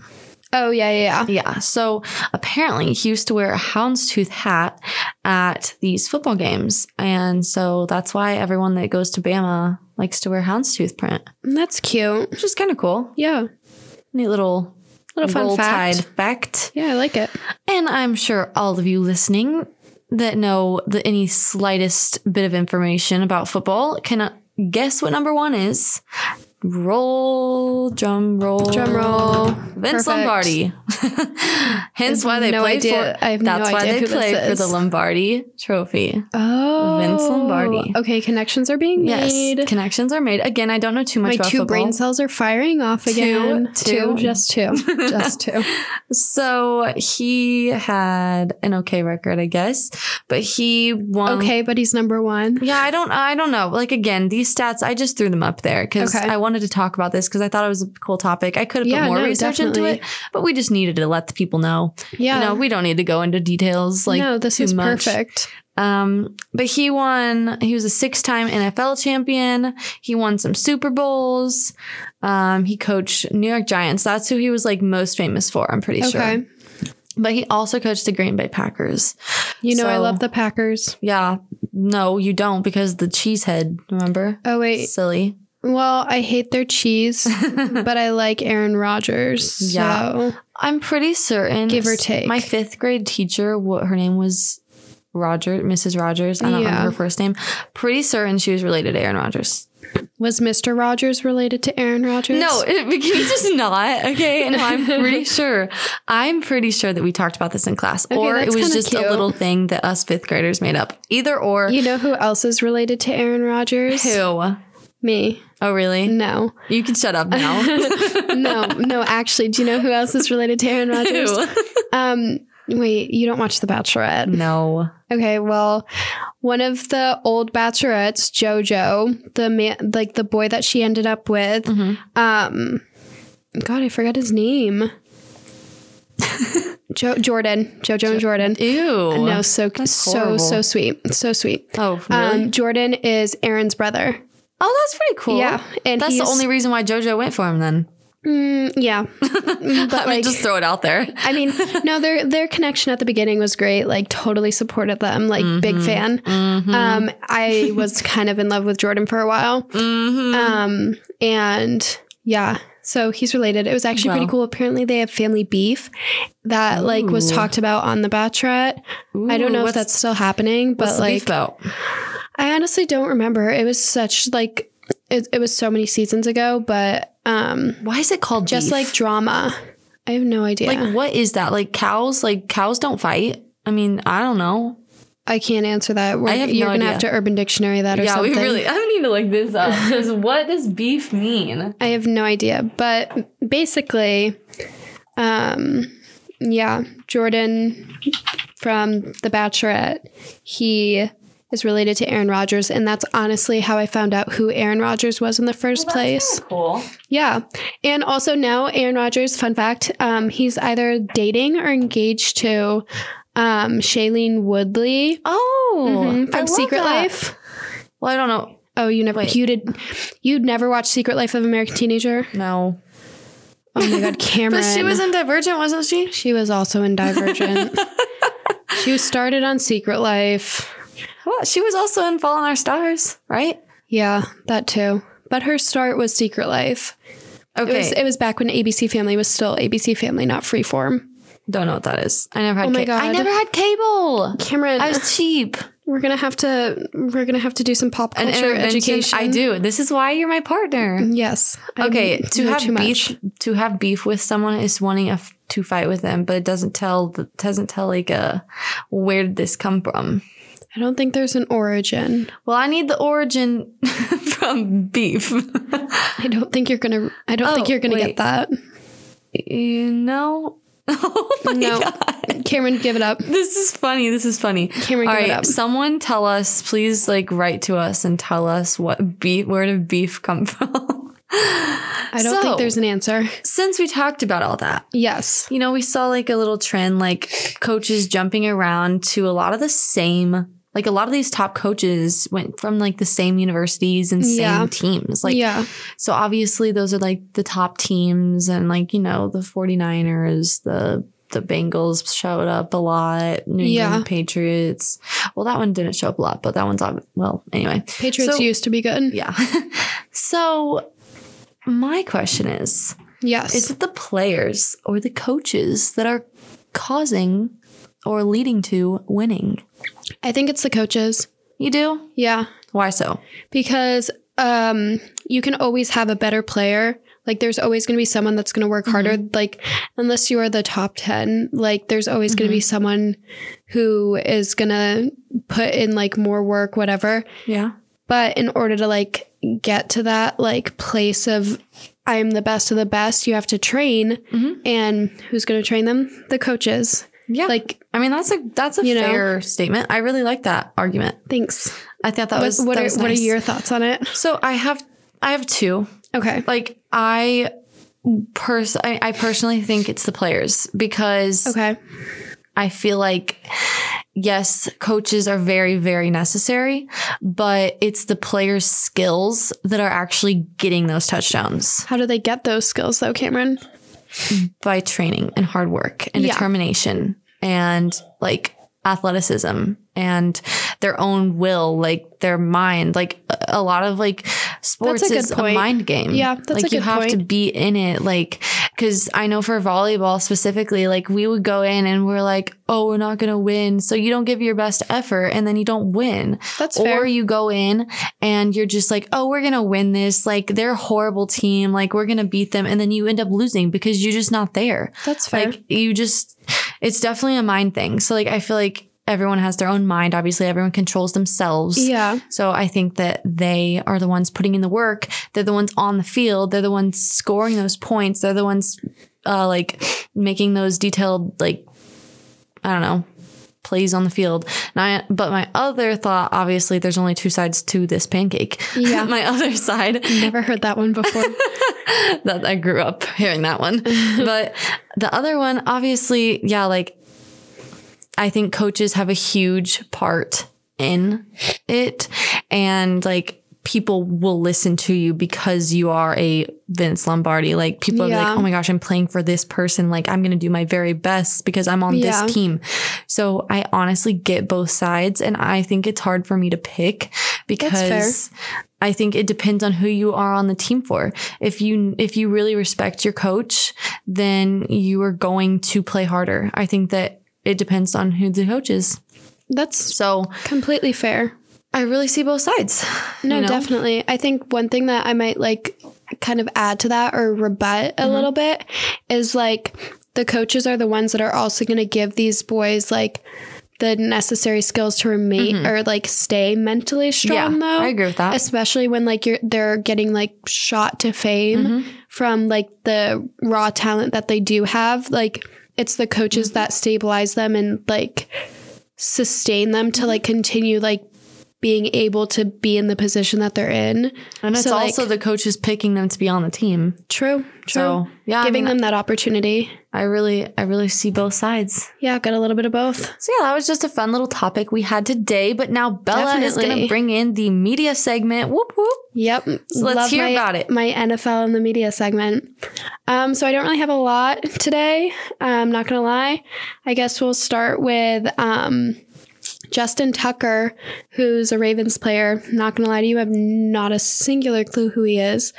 Speaker 1: Oh yeah, yeah,
Speaker 2: Yeah. So apparently he used to wear a houndstooth hat at these football games. And so that's why everyone that goes to Bama likes to wear houndstooth print,
Speaker 1: yeah. That's cute.
Speaker 2: which is kind of cool.
Speaker 1: Yeah,
Speaker 2: Neat little
Speaker 1: little fun fact.
Speaker 2: roll-tide fact.
Speaker 1: Yeah, I like it.
Speaker 2: And I'm sure all of you listening that know the, any slightest bit of information about football can uh, guess what number one is. Roll, drum roll,
Speaker 1: Drum roll.
Speaker 2: Vince
Speaker 1: Perfect.
Speaker 2: Lombardi. Hence why they
Speaker 1: No
Speaker 2: played
Speaker 1: idea-
Speaker 2: for.
Speaker 1: I have no
Speaker 2: that's why
Speaker 1: idea
Speaker 2: they
Speaker 1: who this
Speaker 2: played for the
Speaker 1: is.
Speaker 2: Lombardi Trophy.
Speaker 1: Oh,
Speaker 2: Vince Lombardi.
Speaker 1: Okay, connections are being made.
Speaker 2: Yes, connections are made. Again, I don't know too much
Speaker 1: My
Speaker 2: about
Speaker 1: two
Speaker 2: football.
Speaker 1: brain cells are firing off
Speaker 2: Two,
Speaker 1: again.
Speaker 2: two.
Speaker 1: just two, just two.
Speaker 2: So he had an okay record, I guess, but he won.
Speaker 1: Okay, but he's number one.
Speaker 2: Yeah, I don't I don't know. Like again, these stats I just threw them up there cuz
Speaker 1: Okay.
Speaker 2: I wanted to talk about this cuz I thought it was a cool topic. I could have
Speaker 1: Yeah,
Speaker 2: put more
Speaker 1: no,
Speaker 2: research into
Speaker 1: definitely.
Speaker 2: it, but we just needed to let the people know.
Speaker 1: Yeah.
Speaker 2: You know, we don't need to go into details like
Speaker 1: no, this
Speaker 2: too
Speaker 1: is
Speaker 2: much.
Speaker 1: perfect.
Speaker 2: Um, but he won. He was a six-time NFL champion. He won some Super Bowls. Um, he coached New York Giants. That's who he was like most famous for. I'm pretty sure.
Speaker 1: Okay.
Speaker 2: But he also coached the Green Bay Packers.
Speaker 1: You know, I
Speaker 2: So-
Speaker 1: love the Packers.
Speaker 2: Yeah. No, you don't because the cheesehead. Remember?
Speaker 1: Oh, wait.
Speaker 2: Silly.
Speaker 1: Well, I hate their cheese, but I like Aaron Rodgers. So.
Speaker 2: Yeah. I'm pretty certain.
Speaker 1: Give or take.
Speaker 2: My fifth grade teacher, what her name was Roger, Mrs. Rogers. I don't
Speaker 1: Yeah.
Speaker 2: remember her first name. Pretty certain she was related to Aaron Rodgers.
Speaker 1: Was Mr. Rogers related to Aaron Rodgers?
Speaker 2: No, it, he's just not. Okay. And I'm pretty sure. I'm pretty sure that we talked about this in class.
Speaker 1: Okay,
Speaker 2: or it
Speaker 1: that's
Speaker 2: was
Speaker 1: kinda
Speaker 2: just a
Speaker 1: cute.
Speaker 2: little thing that us fifth graders made up. Either or.
Speaker 1: You know who else is related to Aaron Rodgers?
Speaker 2: Who?
Speaker 1: Me.
Speaker 2: Oh, really?
Speaker 1: No.
Speaker 2: You can shut up now.
Speaker 1: No, no, actually, do you know who else is related to Aaron Rodgers?
Speaker 2: Who?
Speaker 1: Um, wait, you don't watch The Bachelorette.
Speaker 2: No.
Speaker 1: Okay, well, one of the old bachelorettes, Jojo, the man, like the boy that she ended up with,
Speaker 2: Mhm.
Speaker 1: um, God, I forgot his name. jo- Jordan, Jojo and Jordan.
Speaker 2: Ew.
Speaker 1: No, so
Speaker 2: That's
Speaker 1: so
Speaker 2: horrible.
Speaker 1: so sweet, so sweet.
Speaker 2: Oh, really?
Speaker 1: Um, Jordan is Aaron's brother.
Speaker 2: oh, that's pretty cool.
Speaker 1: Yeah, and
Speaker 2: That's the
Speaker 1: he's-
Speaker 2: only reason why JoJo went for him then.
Speaker 1: Mm, yeah, Mm,
Speaker 2: But I mean,
Speaker 1: like-
Speaker 2: just throw it out there.
Speaker 1: I mean, no, their their connection at the beginning was great. Like, totally supported them. Like,
Speaker 2: Mm-hmm.
Speaker 1: big fan. Um, I was kind of in love with Jordan for a while.
Speaker 2: Mhm.
Speaker 1: Um, and yeah, so he's related. It was actually
Speaker 2: Wow.
Speaker 1: pretty cool. Apparently, they have family beef that like was
Speaker 2: Ooh.
Speaker 1: talked about on The Bachelorette. I don't
Speaker 2: Ooh,
Speaker 1: know if
Speaker 2: what's-
Speaker 1: that's still happening,
Speaker 2: what's
Speaker 1: but
Speaker 2: the beef
Speaker 1: like,
Speaker 2: about?
Speaker 1: I honestly don't remember. It was such like it, it was so many seasons ago, but um,
Speaker 2: Why is it called
Speaker 1: just
Speaker 2: beef?
Speaker 1: like drama. I have no idea.
Speaker 2: like what is that? Like cows? Like cows don't fight. I mean, I don't know.
Speaker 1: I can't answer that. We're,
Speaker 2: I have
Speaker 1: you're
Speaker 2: no
Speaker 1: gonna
Speaker 2: idea.
Speaker 1: have to Urban Dictionary that or
Speaker 2: yeah,
Speaker 1: something.
Speaker 2: we really. I need to look this up. Because what does beef mean?
Speaker 1: I have no idea, but basically, um, yeah, Jordan from The Bachelorette, he is related to Aaron Rodgers, and that's honestly how I found out who Aaron Rodgers was in the first place.
Speaker 2: Cool.
Speaker 1: Yeah, and also now Aaron Rodgers. Fun fact: um, he's either dating or engaged to um, Shailene Woodley
Speaker 2: Oh,
Speaker 1: mhm,
Speaker 2: I
Speaker 1: from
Speaker 2: love
Speaker 1: Secret
Speaker 2: that.
Speaker 1: Life.
Speaker 2: Well, I don't know.
Speaker 1: Oh, you never
Speaker 2: Wait.
Speaker 1: you did you'd never watch Secret Life of American Teenager?
Speaker 2: No,
Speaker 1: Oh my god, Cameron.
Speaker 2: but she was in Divergent, wasn't she?
Speaker 1: She was also in Divergent. she was started on Secret Life.
Speaker 2: Well, she was also in Fallen Our Stars, right?
Speaker 1: Yeah, that too. But her start was Secret Life.
Speaker 2: Okay,
Speaker 1: It was it was back when ABC Family was still ABC Family, not Freeform.
Speaker 2: don't know what that is. I never had.
Speaker 1: Oh my
Speaker 2: ca- I
Speaker 1: God.
Speaker 2: never had cable.
Speaker 1: Cameron,
Speaker 2: I was cheap.
Speaker 1: we're gonna have to we're gonna have to do some pop
Speaker 2: An
Speaker 1: culture
Speaker 2: intervention.
Speaker 1: education.
Speaker 2: I do. This is why you're my partner.
Speaker 1: Yes. I
Speaker 2: Okay, to
Speaker 1: know
Speaker 2: have
Speaker 1: too
Speaker 2: beef
Speaker 1: much.
Speaker 2: to have beef with someone is wanting a f- to fight with them, but it doesn't tell the- doesn't tell like a where did this come from.
Speaker 1: I don't think there's an origin.
Speaker 2: Well, I need the origin from beef.
Speaker 1: I don't think you're gonna I don't
Speaker 2: Oh,
Speaker 1: think you're gonna
Speaker 2: wait.
Speaker 1: get that.
Speaker 2: you know. oh my
Speaker 1: No.
Speaker 2: god.
Speaker 1: Cameron, give it up.
Speaker 2: This is funny. This is funny.
Speaker 1: Cameron,
Speaker 2: All
Speaker 1: give it
Speaker 2: right,
Speaker 1: up.
Speaker 2: someone tell us, please, like write to us and tell us what beef, where did beef come from?
Speaker 1: I don't think there's an answer.
Speaker 2: Since we talked about all that,
Speaker 1: Yes.
Speaker 2: you know, we saw like a little trend, like coaches jumping around to a lot of the same, like a lot of these top coaches went from like the same universities and same
Speaker 1: Yeah.
Speaker 2: teams. Like,
Speaker 1: yeah.
Speaker 2: so obviously those are like the top teams and like, you know, the 49ers, the the Bengals showed up a lot, New
Speaker 1: Yeah.
Speaker 2: England Patriots. Well, that one didn't show up a lot, but that one's on well, anyway.
Speaker 1: Patriots
Speaker 2: So-
Speaker 1: used to be good.
Speaker 2: Yeah. so my question is,
Speaker 1: Yes.
Speaker 2: is it the players or the coaches that are causing or leading to winning?
Speaker 1: I think it's the coaches.
Speaker 2: You do?
Speaker 1: Yeah.
Speaker 2: Why so?
Speaker 1: because um, you can always have a better player. Like there's always going to be someone that's going to work harder.
Speaker 2: Mm-hmm.
Speaker 1: Like unless you are the top 10, like there's always going to be
Speaker 2: Mm-hmm.
Speaker 1: someone who is going to put in like more work whatever.
Speaker 2: Yeah.
Speaker 1: But in order to like get to that like place of I'm the best of the best, you have to train.
Speaker 2: Mhm.
Speaker 1: And who's going to train them? The coaches.
Speaker 2: Yeah. Like
Speaker 1: Like
Speaker 2: I mean that's a that's a
Speaker 1: You know?
Speaker 2: fair statement. I really like that argument.
Speaker 1: thanks.
Speaker 2: I thought that
Speaker 1: What,
Speaker 2: was
Speaker 1: what,
Speaker 2: that
Speaker 1: are,
Speaker 2: was
Speaker 1: what are
Speaker 2: nice.
Speaker 1: your thoughts on it?
Speaker 2: So I have I have two.
Speaker 1: Okay.
Speaker 2: Like I pers I, I personally think it's the players because
Speaker 1: Okay.
Speaker 2: I feel like yes, coaches are very very necessary, but it's the players' skills that are actually getting those touchdowns
Speaker 1: How do they get those skills though, Cameron?
Speaker 2: by training and hard work and
Speaker 1: Yeah.
Speaker 2: determination and like athleticism and their own will like their mind like a- a lot of like sports
Speaker 1: good
Speaker 2: is a
Speaker 1: point.
Speaker 2: mind game
Speaker 1: Yeah, that's
Speaker 2: like
Speaker 1: a
Speaker 2: you
Speaker 1: good
Speaker 2: have to
Speaker 1: point.
Speaker 2: be in it like because i know for volleyball specifically like we would go in and we're like oh we're not gonna win so you don't give your best effort and then you don't win
Speaker 1: That's
Speaker 2: or
Speaker 1: fair.
Speaker 2: you go in and you're just like, oh, we're gonna win this. Like they're a horrible team. Like we're gonna beat them, and then you end up losing because you're just not there.
Speaker 1: That's fair.
Speaker 2: Like you just, it's definitely a mind thing. So like I feel like everyone has their own mind. Obviously, everyone controls themselves.
Speaker 1: yeah.
Speaker 2: So I think that they are the ones putting in the work. They're the ones on the field. They're the ones scoring those points. They're the ones uh, like making those detailed like I don't know plays on the field. And I, but my other thought, obviously, there's only two sides to this pancake.
Speaker 1: Yeah.
Speaker 2: my other side
Speaker 1: Never heard that one before.
Speaker 2: that I grew up hearing that one. but the other one, obviously, yeah, like I think coaches have a huge part in it. And like people will listen to you because you are a Vince Lombardi. Like people are
Speaker 1: Yeah.
Speaker 2: like, oh my gosh, I'm playing for this person. Like I'm going to do my very best because I'm on
Speaker 1: Yeah.
Speaker 2: this team. So I honestly get both sides. And I think it's hard for me to pick because.
Speaker 1: fair.
Speaker 2: I think it depends on who you are on the team for. If you if you really respect your coach, then you are going to play harder. I think that it depends on who the coach is.
Speaker 1: That's
Speaker 2: So
Speaker 1: completely fair.
Speaker 2: I really see both sides.
Speaker 1: No,
Speaker 2: you know?
Speaker 1: definitely. I think one thing that I might like kind of add to that or rebut
Speaker 2: Mm-hmm.
Speaker 1: a little bit is like the coaches are the ones that are also going to give these boys like the necessary skills to remain or like stay mentally strong
Speaker 2: Mm-hmm. Yeah,
Speaker 1: though.
Speaker 2: I agree with that.
Speaker 1: Especially when like you're they're getting like shot to fame
Speaker 2: Mm-hmm.
Speaker 1: from like the raw talent that they do have. Like it's the coaches
Speaker 2: Mm-hmm.
Speaker 1: that stabilize them and like sustain them to like continue like being able to be in the position that they're in.
Speaker 2: And it's
Speaker 1: So, like-
Speaker 2: also the coaches picking them to be on the team.
Speaker 1: True. True.
Speaker 2: So yeah,
Speaker 1: Giving
Speaker 2: I, mean,
Speaker 1: them that opportunity.
Speaker 2: I really I really see both sides.
Speaker 1: Yeah, got a little bit of both.
Speaker 2: So yeah, that was just a fun little topic we had today. But now Bella is gonna
Speaker 1: Definitely.
Speaker 2: bring in the media segment. Whoop whoop.
Speaker 1: Yep.
Speaker 2: Mm, let's hear
Speaker 1: my,
Speaker 2: about it.
Speaker 1: My NFL and the media segment. Um, so I don't really have a lot today. I'm not gonna lie. I guess we'll start with um, Justin Tucker, who's a Ravens player. Not gonna lie to you, I have not a singular clue who he is.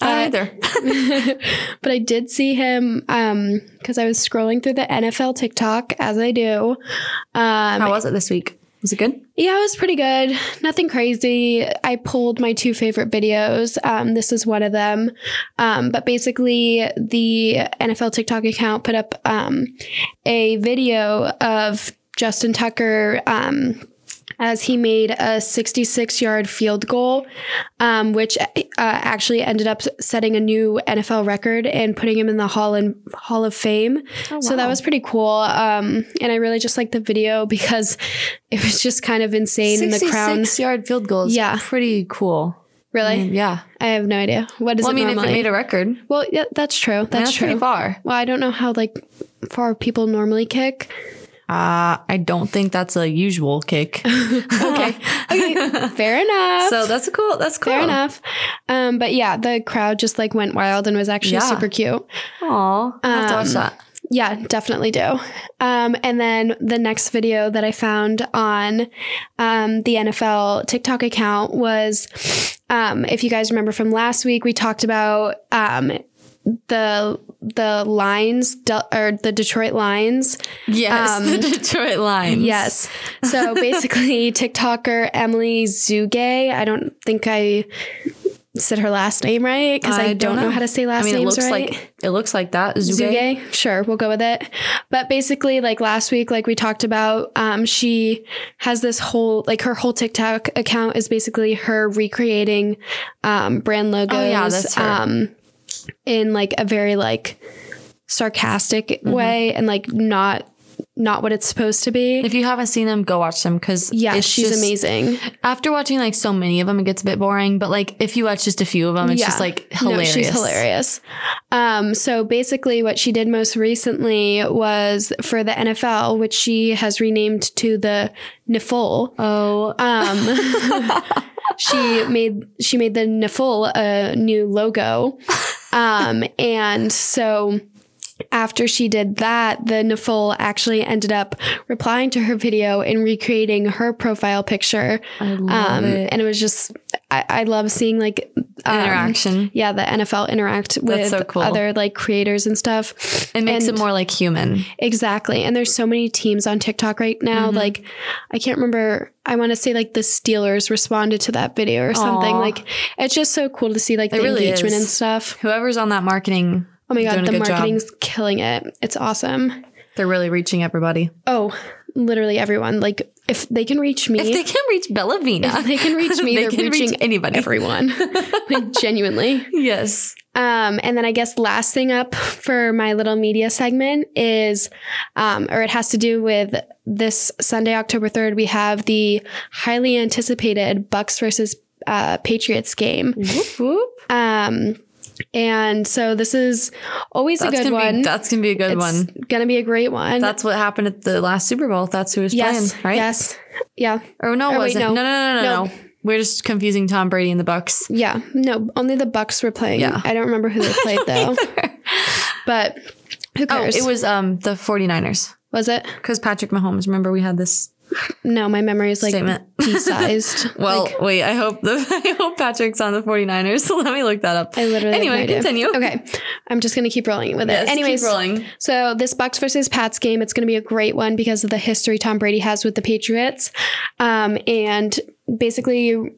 Speaker 2: I
Speaker 1: Uh,
Speaker 2: don't either.
Speaker 1: but I did see him because I was scrolling through the NFL TikTok as I do. Um,
Speaker 2: How was it this week? Was it good?
Speaker 1: yeah, it was pretty good. Nothing crazy. I pulled my two favorite videos. Um, this is one of them. Um, but basically, the NFL TikTok account put up um, a video of Justin Tucker um, as he made a 66 yard field goal, um, which uh, actually ended up setting a new NFL record and putting him in the Hall, in, Hall of Fame.
Speaker 2: Oh,
Speaker 1: So that was pretty cool. Um, and I really just liked the video because it was just kind of insane. And the crown,
Speaker 2: yard field goals.
Speaker 1: Yeah.
Speaker 2: pretty cool.
Speaker 1: really,
Speaker 2: I mean, yeah.
Speaker 1: I have no idea. What is
Speaker 2: well, I
Speaker 1: it
Speaker 2: mean,
Speaker 1: normally?
Speaker 2: if it made a record,
Speaker 1: well, yeah, that's true. That's,
Speaker 2: that's,
Speaker 1: true.
Speaker 2: pretty far.
Speaker 1: Well, I don't know how like far people normally kick.
Speaker 2: Uh, I don't think that's a usual kick.
Speaker 1: Okay. Okay. Fair enough.
Speaker 2: so that's a cool. That's cool.
Speaker 1: Fair enough. Um, but yeah, the crowd just like went wild and was actually
Speaker 2: Yeah.
Speaker 1: super cute.
Speaker 2: Aw, I have to watch
Speaker 1: Um,
Speaker 2: that.
Speaker 1: Yeah, definitely do. Um, and then the next video that I found on um, the NFL TikTok account was, um, if you guys remember from last week, we talked about um, the the lines Del- or the Detroit lines
Speaker 2: Yes,
Speaker 1: um,
Speaker 2: the Detroit Lions.
Speaker 1: Yes. So basically, TikToker Emily Zugay. I don't think I said her last name right because I, don't, know. how to say last
Speaker 2: I mean, it
Speaker 1: names
Speaker 2: looks
Speaker 1: right.
Speaker 2: like it looks like that. Zuge.
Speaker 1: Zugay, sure, we'll go with it. But basically, like last week, like we talked about, um, she has this whole like her whole TikTok account is basically her recreating um, brand logos.
Speaker 2: Oh, that's her.
Speaker 1: Um, in like a very like sarcastic
Speaker 2: Mm-hmm.
Speaker 1: way and like not not what it's supposed to be.
Speaker 2: If you haven't seen them, go watch them because
Speaker 1: Yeah, she's amazing.
Speaker 2: After watching like so many of them, it gets a bit boring. But like if you watch just a few of them, it's
Speaker 1: Yeah.
Speaker 2: just like hilarious.
Speaker 1: No, she's hilarious. Um, so basically, what she did most recently was for the NFL, which she has renamed to the Niffle.
Speaker 2: Oh,
Speaker 1: Um, she made she made the Niffle a uh, new logo, um, and so. After she did that, the Niffle actually ended up replying to her video and recreating her profile picture.
Speaker 2: I love
Speaker 1: Um,
Speaker 2: it.
Speaker 1: and it was just, I, I love seeing like um,
Speaker 2: Interaction.
Speaker 1: yeah, the NFL interact with
Speaker 2: so cool.
Speaker 1: other like creators and stuff.
Speaker 2: It makes
Speaker 1: and-
Speaker 2: it more like human.
Speaker 1: Exactly. And there's so many teams on TikTok right now.
Speaker 2: Mhm.
Speaker 1: Like, I can't remember. I want to say like the Steelers responded to that video or something.
Speaker 2: Aw.
Speaker 1: Like, it's just so cool to see like
Speaker 2: It
Speaker 1: the
Speaker 2: really
Speaker 1: engagement
Speaker 2: is.
Speaker 1: and stuff.
Speaker 2: Whoever's on that marketing,
Speaker 1: Oh my
Speaker 2: Doing
Speaker 1: God,
Speaker 2: a
Speaker 1: the
Speaker 2: good job.
Speaker 1: marketing's killing it. It's awesome.
Speaker 2: they're really reaching everybody.
Speaker 1: Oh, literally everyone. Like, if they can reach me,
Speaker 2: If they can reach Bella Vina,
Speaker 1: if they can reach me,
Speaker 2: they
Speaker 1: they're
Speaker 2: can
Speaker 1: reaching
Speaker 2: reach anybody.
Speaker 1: everyone. like, genuinely.
Speaker 2: yes.
Speaker 1: Um, and then I guess last thing up for my little media segment is, um, or it has to do with this Sunday, October 3rd, we have the highly anticipated Bucks versus uh, Patriots game.
Speaker 2: Whoop, whoop.
Speaker 1: Um, and so this is always
Speaker 2: That's
Speaker 1: a good
Speaker 2: gonna
Speaker 1: one.
Speaker 2: Be, that's gonna be a good
Speaker 1: it's
Speaker 2: one.
Speaker 1: gonna be a great one.
Speaker 2: That's what happened at the last Super Bowl. That's who was
Speaker 1: yes,
Speaker 2: playing, right?
Speaker 1: yes, yeah,
Speaker 2: Or no, it
Speaker 1: Or wait,
Speaker 2: wasn't.
Speaker 1: no.
Speaker 2: no, no, no, no,
Speaker 1: No.
Speaker 2: no. We're just confusing Tom Brady and the Bucks.
Speaker 1: yeah. No, only the Bucks were playing.
Speaker 2: Yeah.
Speaker 1: I don't remember who they played though, but who
Speaker 2: Oh,
Speaker 1: cares?
Speaker 2: it was um the 49ers.
Speaker 1: was it?
Speaker 2: Because Patrick Mahomes, remember we had this
Speaker 1: No, my memory is like
Speaker 2: statement.
Speaker 1: pea-sized.
Speaker 2: Well,
Speaker 1: Like,
Speaker 2: wait, I hope the I hope Patrick's on the 49ers. So let me look that up.
Speaker 1: I literally have
Speaker 2: Anyway,
Speaker 1: no idea.
Speaker 2: continue.
Speaker 1: Okay, I'm just gonna keep rolling with
Speaker 2: Yes,
Speaker 1: it. Anyways,
Speaker 2: keep rolling.
Speaker 1: so this Bucks versus Pats game, it's gonna be a great one because of the history Tom Brady has with the Patriots, um, and basically.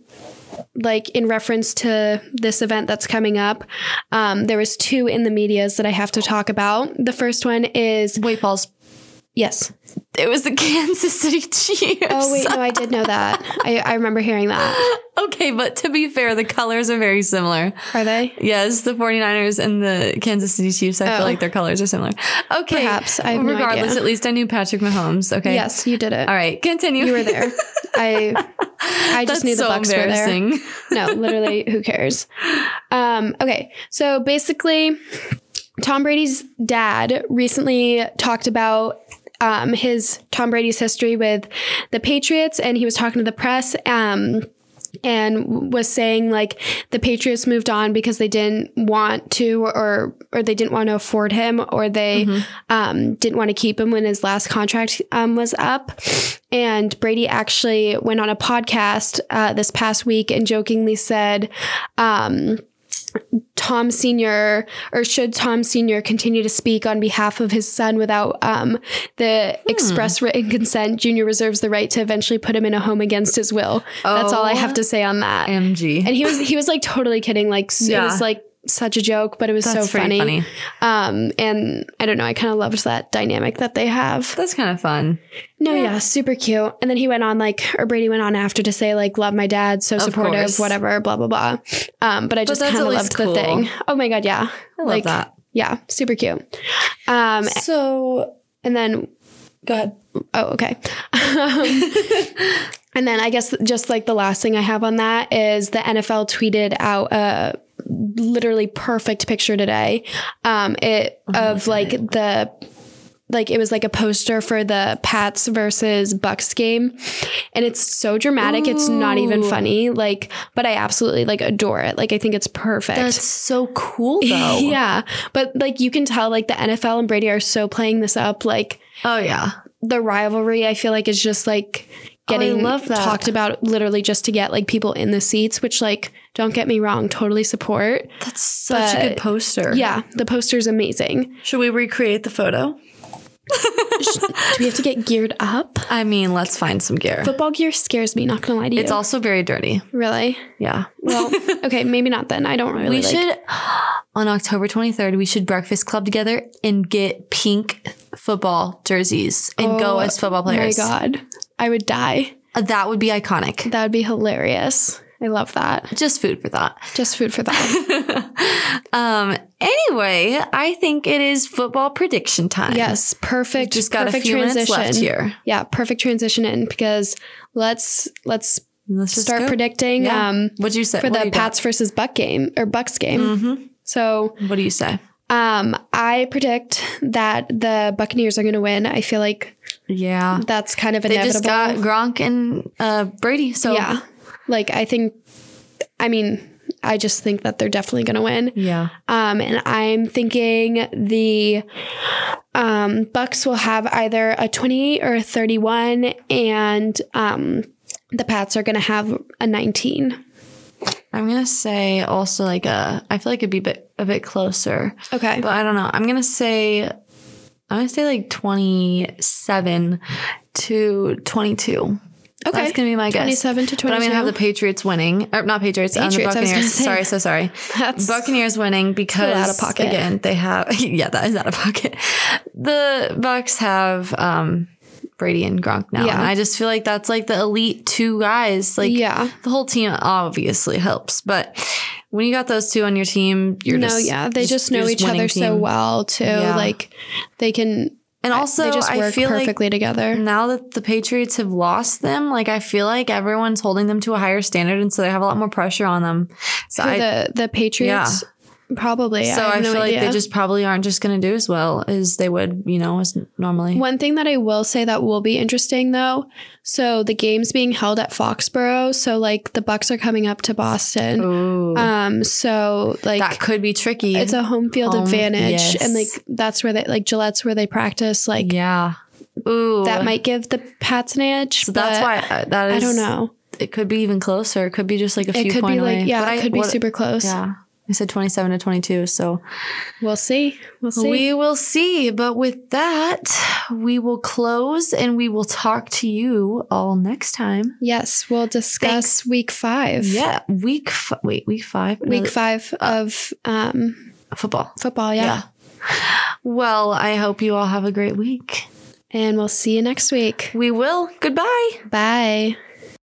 Speaker 1: Like in reference to this event that's coming up, um, there was two in the medias that I have to talk about. The first one is
Speaker 2: Wait, Paul's
Speaker 1: yes.
Speaker 2: it was the Kansas City Chiefs.
Speaker 1: Oh wait, no, I did know that. I, I remember hearing that.
Speaker 2: Okay, but to be fair, the colors are very similar.
Speaker 1: Are they?
Speaker 2: Yes, the 49ers and the Kansas City Chiefs, I
Speaker 1: Oh.
Speaker 2: feel like their colors are similar. Okay.
Speaker 1: Perhaps. I have no
Speaker 2: Regardless,
Speaker 1: idea.
Speaker 2: at least I knew Patrick Mahomes. Okay.
Speaker 1: Yes, you did it.
Speaker 2: All right, continue.
Speaker 1: You were there. I I just
Speaker 2: That's
Speaker 1: knew the
Speaker 2: so
Speaker 1: Bucks were there.
Speaker 2: embarrassing.
Speaker 1: no, literally, who cares? Um, okay, so basically, Tom Brady's dad recently talked about um, his Tom Brady's history with the Patriots, and he was talking to the press. Um, and w- was saying like the Patriots moved on because they didn't want to or or they didn't want to afford him or they um, didn't want to keep him when his last contract um, was up. And Brady actually went on a podcast uh, this past week and jokingly said. Um, Tom Sr. or should Tom Sr. continue to speak on behalf of his son without um, the express written consent, Junior reserves the right to eventually put him in a home against his will. That's all I
Speaker 2: Oh.
Speaker 1: have to say on that.
Speaker 2: MG.
Speaker 1: And he was he was like totally kidding. Like s- it
Speaker 2: Yeah.
Speaker 1: was like such a joke, but it was so
Speaker 2: pretty
Speaker 1: funny. Um, and I don't know, I kind of loved that dynamic that they have.
Speaker 2: That's kind of fun.
Speaker 1: No,
Speaker 2: Yeah.
Speaker 1: yeah. super cute. And then he went on like, or Brady went on after to say like, love my dad, so
Speaker 2: Of
Speaker 1: supportive,
Speaker 2: course.
Speaker 1: whatever, blah blah blah. Um, but I just
Speaker 2: that's
Speaker 1: kind
Speaker 2: at
Speaker 1: of
Speaker 2: least
Speaker 1: loved
Speaker 2: cool.
Speaker 1: the thing. Oh my god, yeah,
Speaker 2: I love
Speaker 1: Like,
Speaker 2: that.
Speaker 1: yeah, super cute. Um,
Speaker 2: So
Speaker 1: and then
Speaker 2: go ahead.
Speaker 1: oh okay. Um, and then I guess just like the last thing I have on that is the NFL tweeted out a literally perfect picture today. Um, it
Speaker 2: Oh
Speaker 1: of like the like it was like a poster for the Pats versus Bucks game. And it's so dramatic. It's not even
Speaker 2: Ooh.
Speaker 1: funny. Like, but I absolutely like adore it. Like I think it's perfect.
Speaker 2: That's so cool though.
Speaker 1: yeah. But like you can tell like the NFL and Brady are so playing this up. Like
Speaker 2: Oh yeah.
Speaker 1: the rivalry I feel like is just like
Speaker 2: Oh, I
Speaker 1: getting
Speaker 2: love that.
Speaker 1: talked about literally just to get like people in the seats, which like don't get me wrong, totally support.
Speaker 2: That's such a
Speaker 1: But-
Speaker 2: good poster.
Speaker 1: Yeah, the poster's amazing.
Speaker 2: Should we recreate the photo?
Speaker 1: Do we have to get geared up?
Speaker 2: I mean, let's find some gear.
Speaker 1: Football gear scares me, not gonna lie to you.
Speaker 2: It's also very dirty.
Speaker 1: really.
Speaker 2: Yeah.
Speaker 1: Well, okay, maybe not then. I don't really
Speaker 2: we
Speaker 1: like-
Speaker 2: should on October 23rd, we should breakfast club together and get pink football jerseys and go
Speaker 1: Oh,
Speaker 2: as football players. Uh,
Speaker 1: My God, I would die.
Speaker 2: That would be iconic.
Speaker 1: That would be hilarious. I love that.
Speaker 2: Just food for thought.
Speaker 1: Just food for thought.
Speaker 2: um anyway, I think it is football prediction time.
Speaker 1: yes, perfect.
Speaker 2: Just got
Speaker 1: perfect
Speaker 2: a few
Speaker 1: transition.
Speaker 2: minutes left here.
Speaker 1: Yeah, perfect transition in because let's let's
Speaker 2: Let's just
Speaker 1: start
Speaker 2: go.
Speaker 1: predicting
Speaker 2: Yeah.
Speaker 1: um
Speaker 2: What'd you say?
Speaker 1: for
Speaker 2: What do
Speaker 1: the
Speaker 2: you got?
Speaker 1: Pats versus Buck game or Bucks game.
Speaker 2: Mhm.
Speaker 1: So
Speaker 2: What do you say?
Speaker 1: um I predict that the Buccaneers are gonna win. I feel like
Speaker 2: Yeah.
Speaker 1: that's kind of
Speaker 2: They
Speaker 1: inevitable.
Speaker 2: just got Gronk and uh, Brady. So
Speaker 1: yeah. Like I think I mean, I just think that they're definitely gonna win.
Speaker 2: Yeah.
Speaker 1: Um, and I'm thinking the um, Bucks will have either a 28 or a 31, and um, the Pats are going to have a 19.
Speaker 2: I'm gonna say also like a. I feel like it'd be a bit, a bit closer,
Speaker 1: Okay.
Speaker 2: but I don't know. I'm gonna say, I'm gonna say like 27 to 22. Okay, that's
Speaker 1: Okay.
Speaker 2: gonna be my guess.
Speaker 1: 27 to 22.
Speaker 2: But I'm gonna have the Patriots winning, or not Patriots, um,
Speaker 1: Patriots,
Speaker 2: the
Speaker 1: I was gonna
Speaker 2: Buccaneers.
Speaker 1: say.
Speaker 2: Sorry, so sorry.
Speaker 1: That's-
Speaker 2: Buccaneers winning because
Speaker 1: out of pocket.
Speaker 2: again they have yeah that is out of pocket. The Bucks have um, Brady and Gronk now,
Speaker 1: Yeah.
Speaker 2: and I just feel like that's like the elite two guys. Like
Speaker 1: yeah.
Speaker 2: the whole team obviously helps, but when you got those two on your team, you're
Speaker 1: no,
Speaker 2: just
Speaker 1: yeah. They just,
Speaker 2: you're
Speaker 1: know each
Speaker 2: winning
Speaker 1: other so
Speaker 2: team.
Speaker 1: well, too.
Speaker 2: Yeah.
Speaker 1: Like, they can,
Speaker 2: And also,
Speaker 1: they just
Speaker 2: I
Speaker 1: work
Speaker 2: feel
Speaker 1: perfectly
Speaker 2: like Mm,
Speaker 1: together.
Speaker 2: now that the Patriots have lost them, like I feel like everyone's holding them to a higher standard, and so they have a lot more pressure on them. So
Speaker 1: Who
Speaker 2: I,
Speaker 1: the, the Patriots, probably.
Speaker 2: so I,
Speaker 1: have no
Speaker 2: feel like
Speaker 1: idea.
Speaker 2: they just probably aren't just going to do as well as they would, you know, as normally.
Speaker 1: One thing that I will say that will be interesting though, so the game's being held at Foxborough, so like the Bucks are coming up to Boston.
Speaker 2: Ooh,
Speaker 1: Um so like
Speaker 2: that could be tricky.
Speaker 1: it's a home field
Speaker 2: Home-
Speaker 1: advantage
Speaker 2: yes.
Speaker 1: and like that's where they like Gillette's where they practice like
Speaker 2: yeah. Ooh,
Speaker 1: that might give the Pats an edge.
Speaker 2: So that's
Speaker 1: but
Speaker 2: why uh, that is.
Speaker 1: I don't know.
Speaker 2: It could be even closer. It could be just like a
Speaker 1: It
Speaker 2: few
Speaker 1: could
Speaker 2: point
Speaker 1: be
Speaker 2: away.
Speaker 1: like yeah,
Speaker 2: But
Speaker 1: it
Speaker 2: I-
Speaker 1: could be
Speaker 2: what-
Speaker 1: super close.
Speaker 2: Yeah. I said 27 to 22. So
Speaker 1: We'll see. We'll see.
Speaker 2: we will see. But with that, we will close and we will talk to you all next time.
Speaker 1: yes, we'll discuss week 5.
Speaker 2: Yeah. Uh, Week, f- wait, week five? No,
Speaker 1: Week 5 of um
Speaker 2: Football.
Speaker 1: football, yeah.
Speaker 2: Well, I hope you all have a great week.
Speaker 1: And we'll see you next week.
Speaker 2: We will. Goodbye.
Speaker 1: Bye.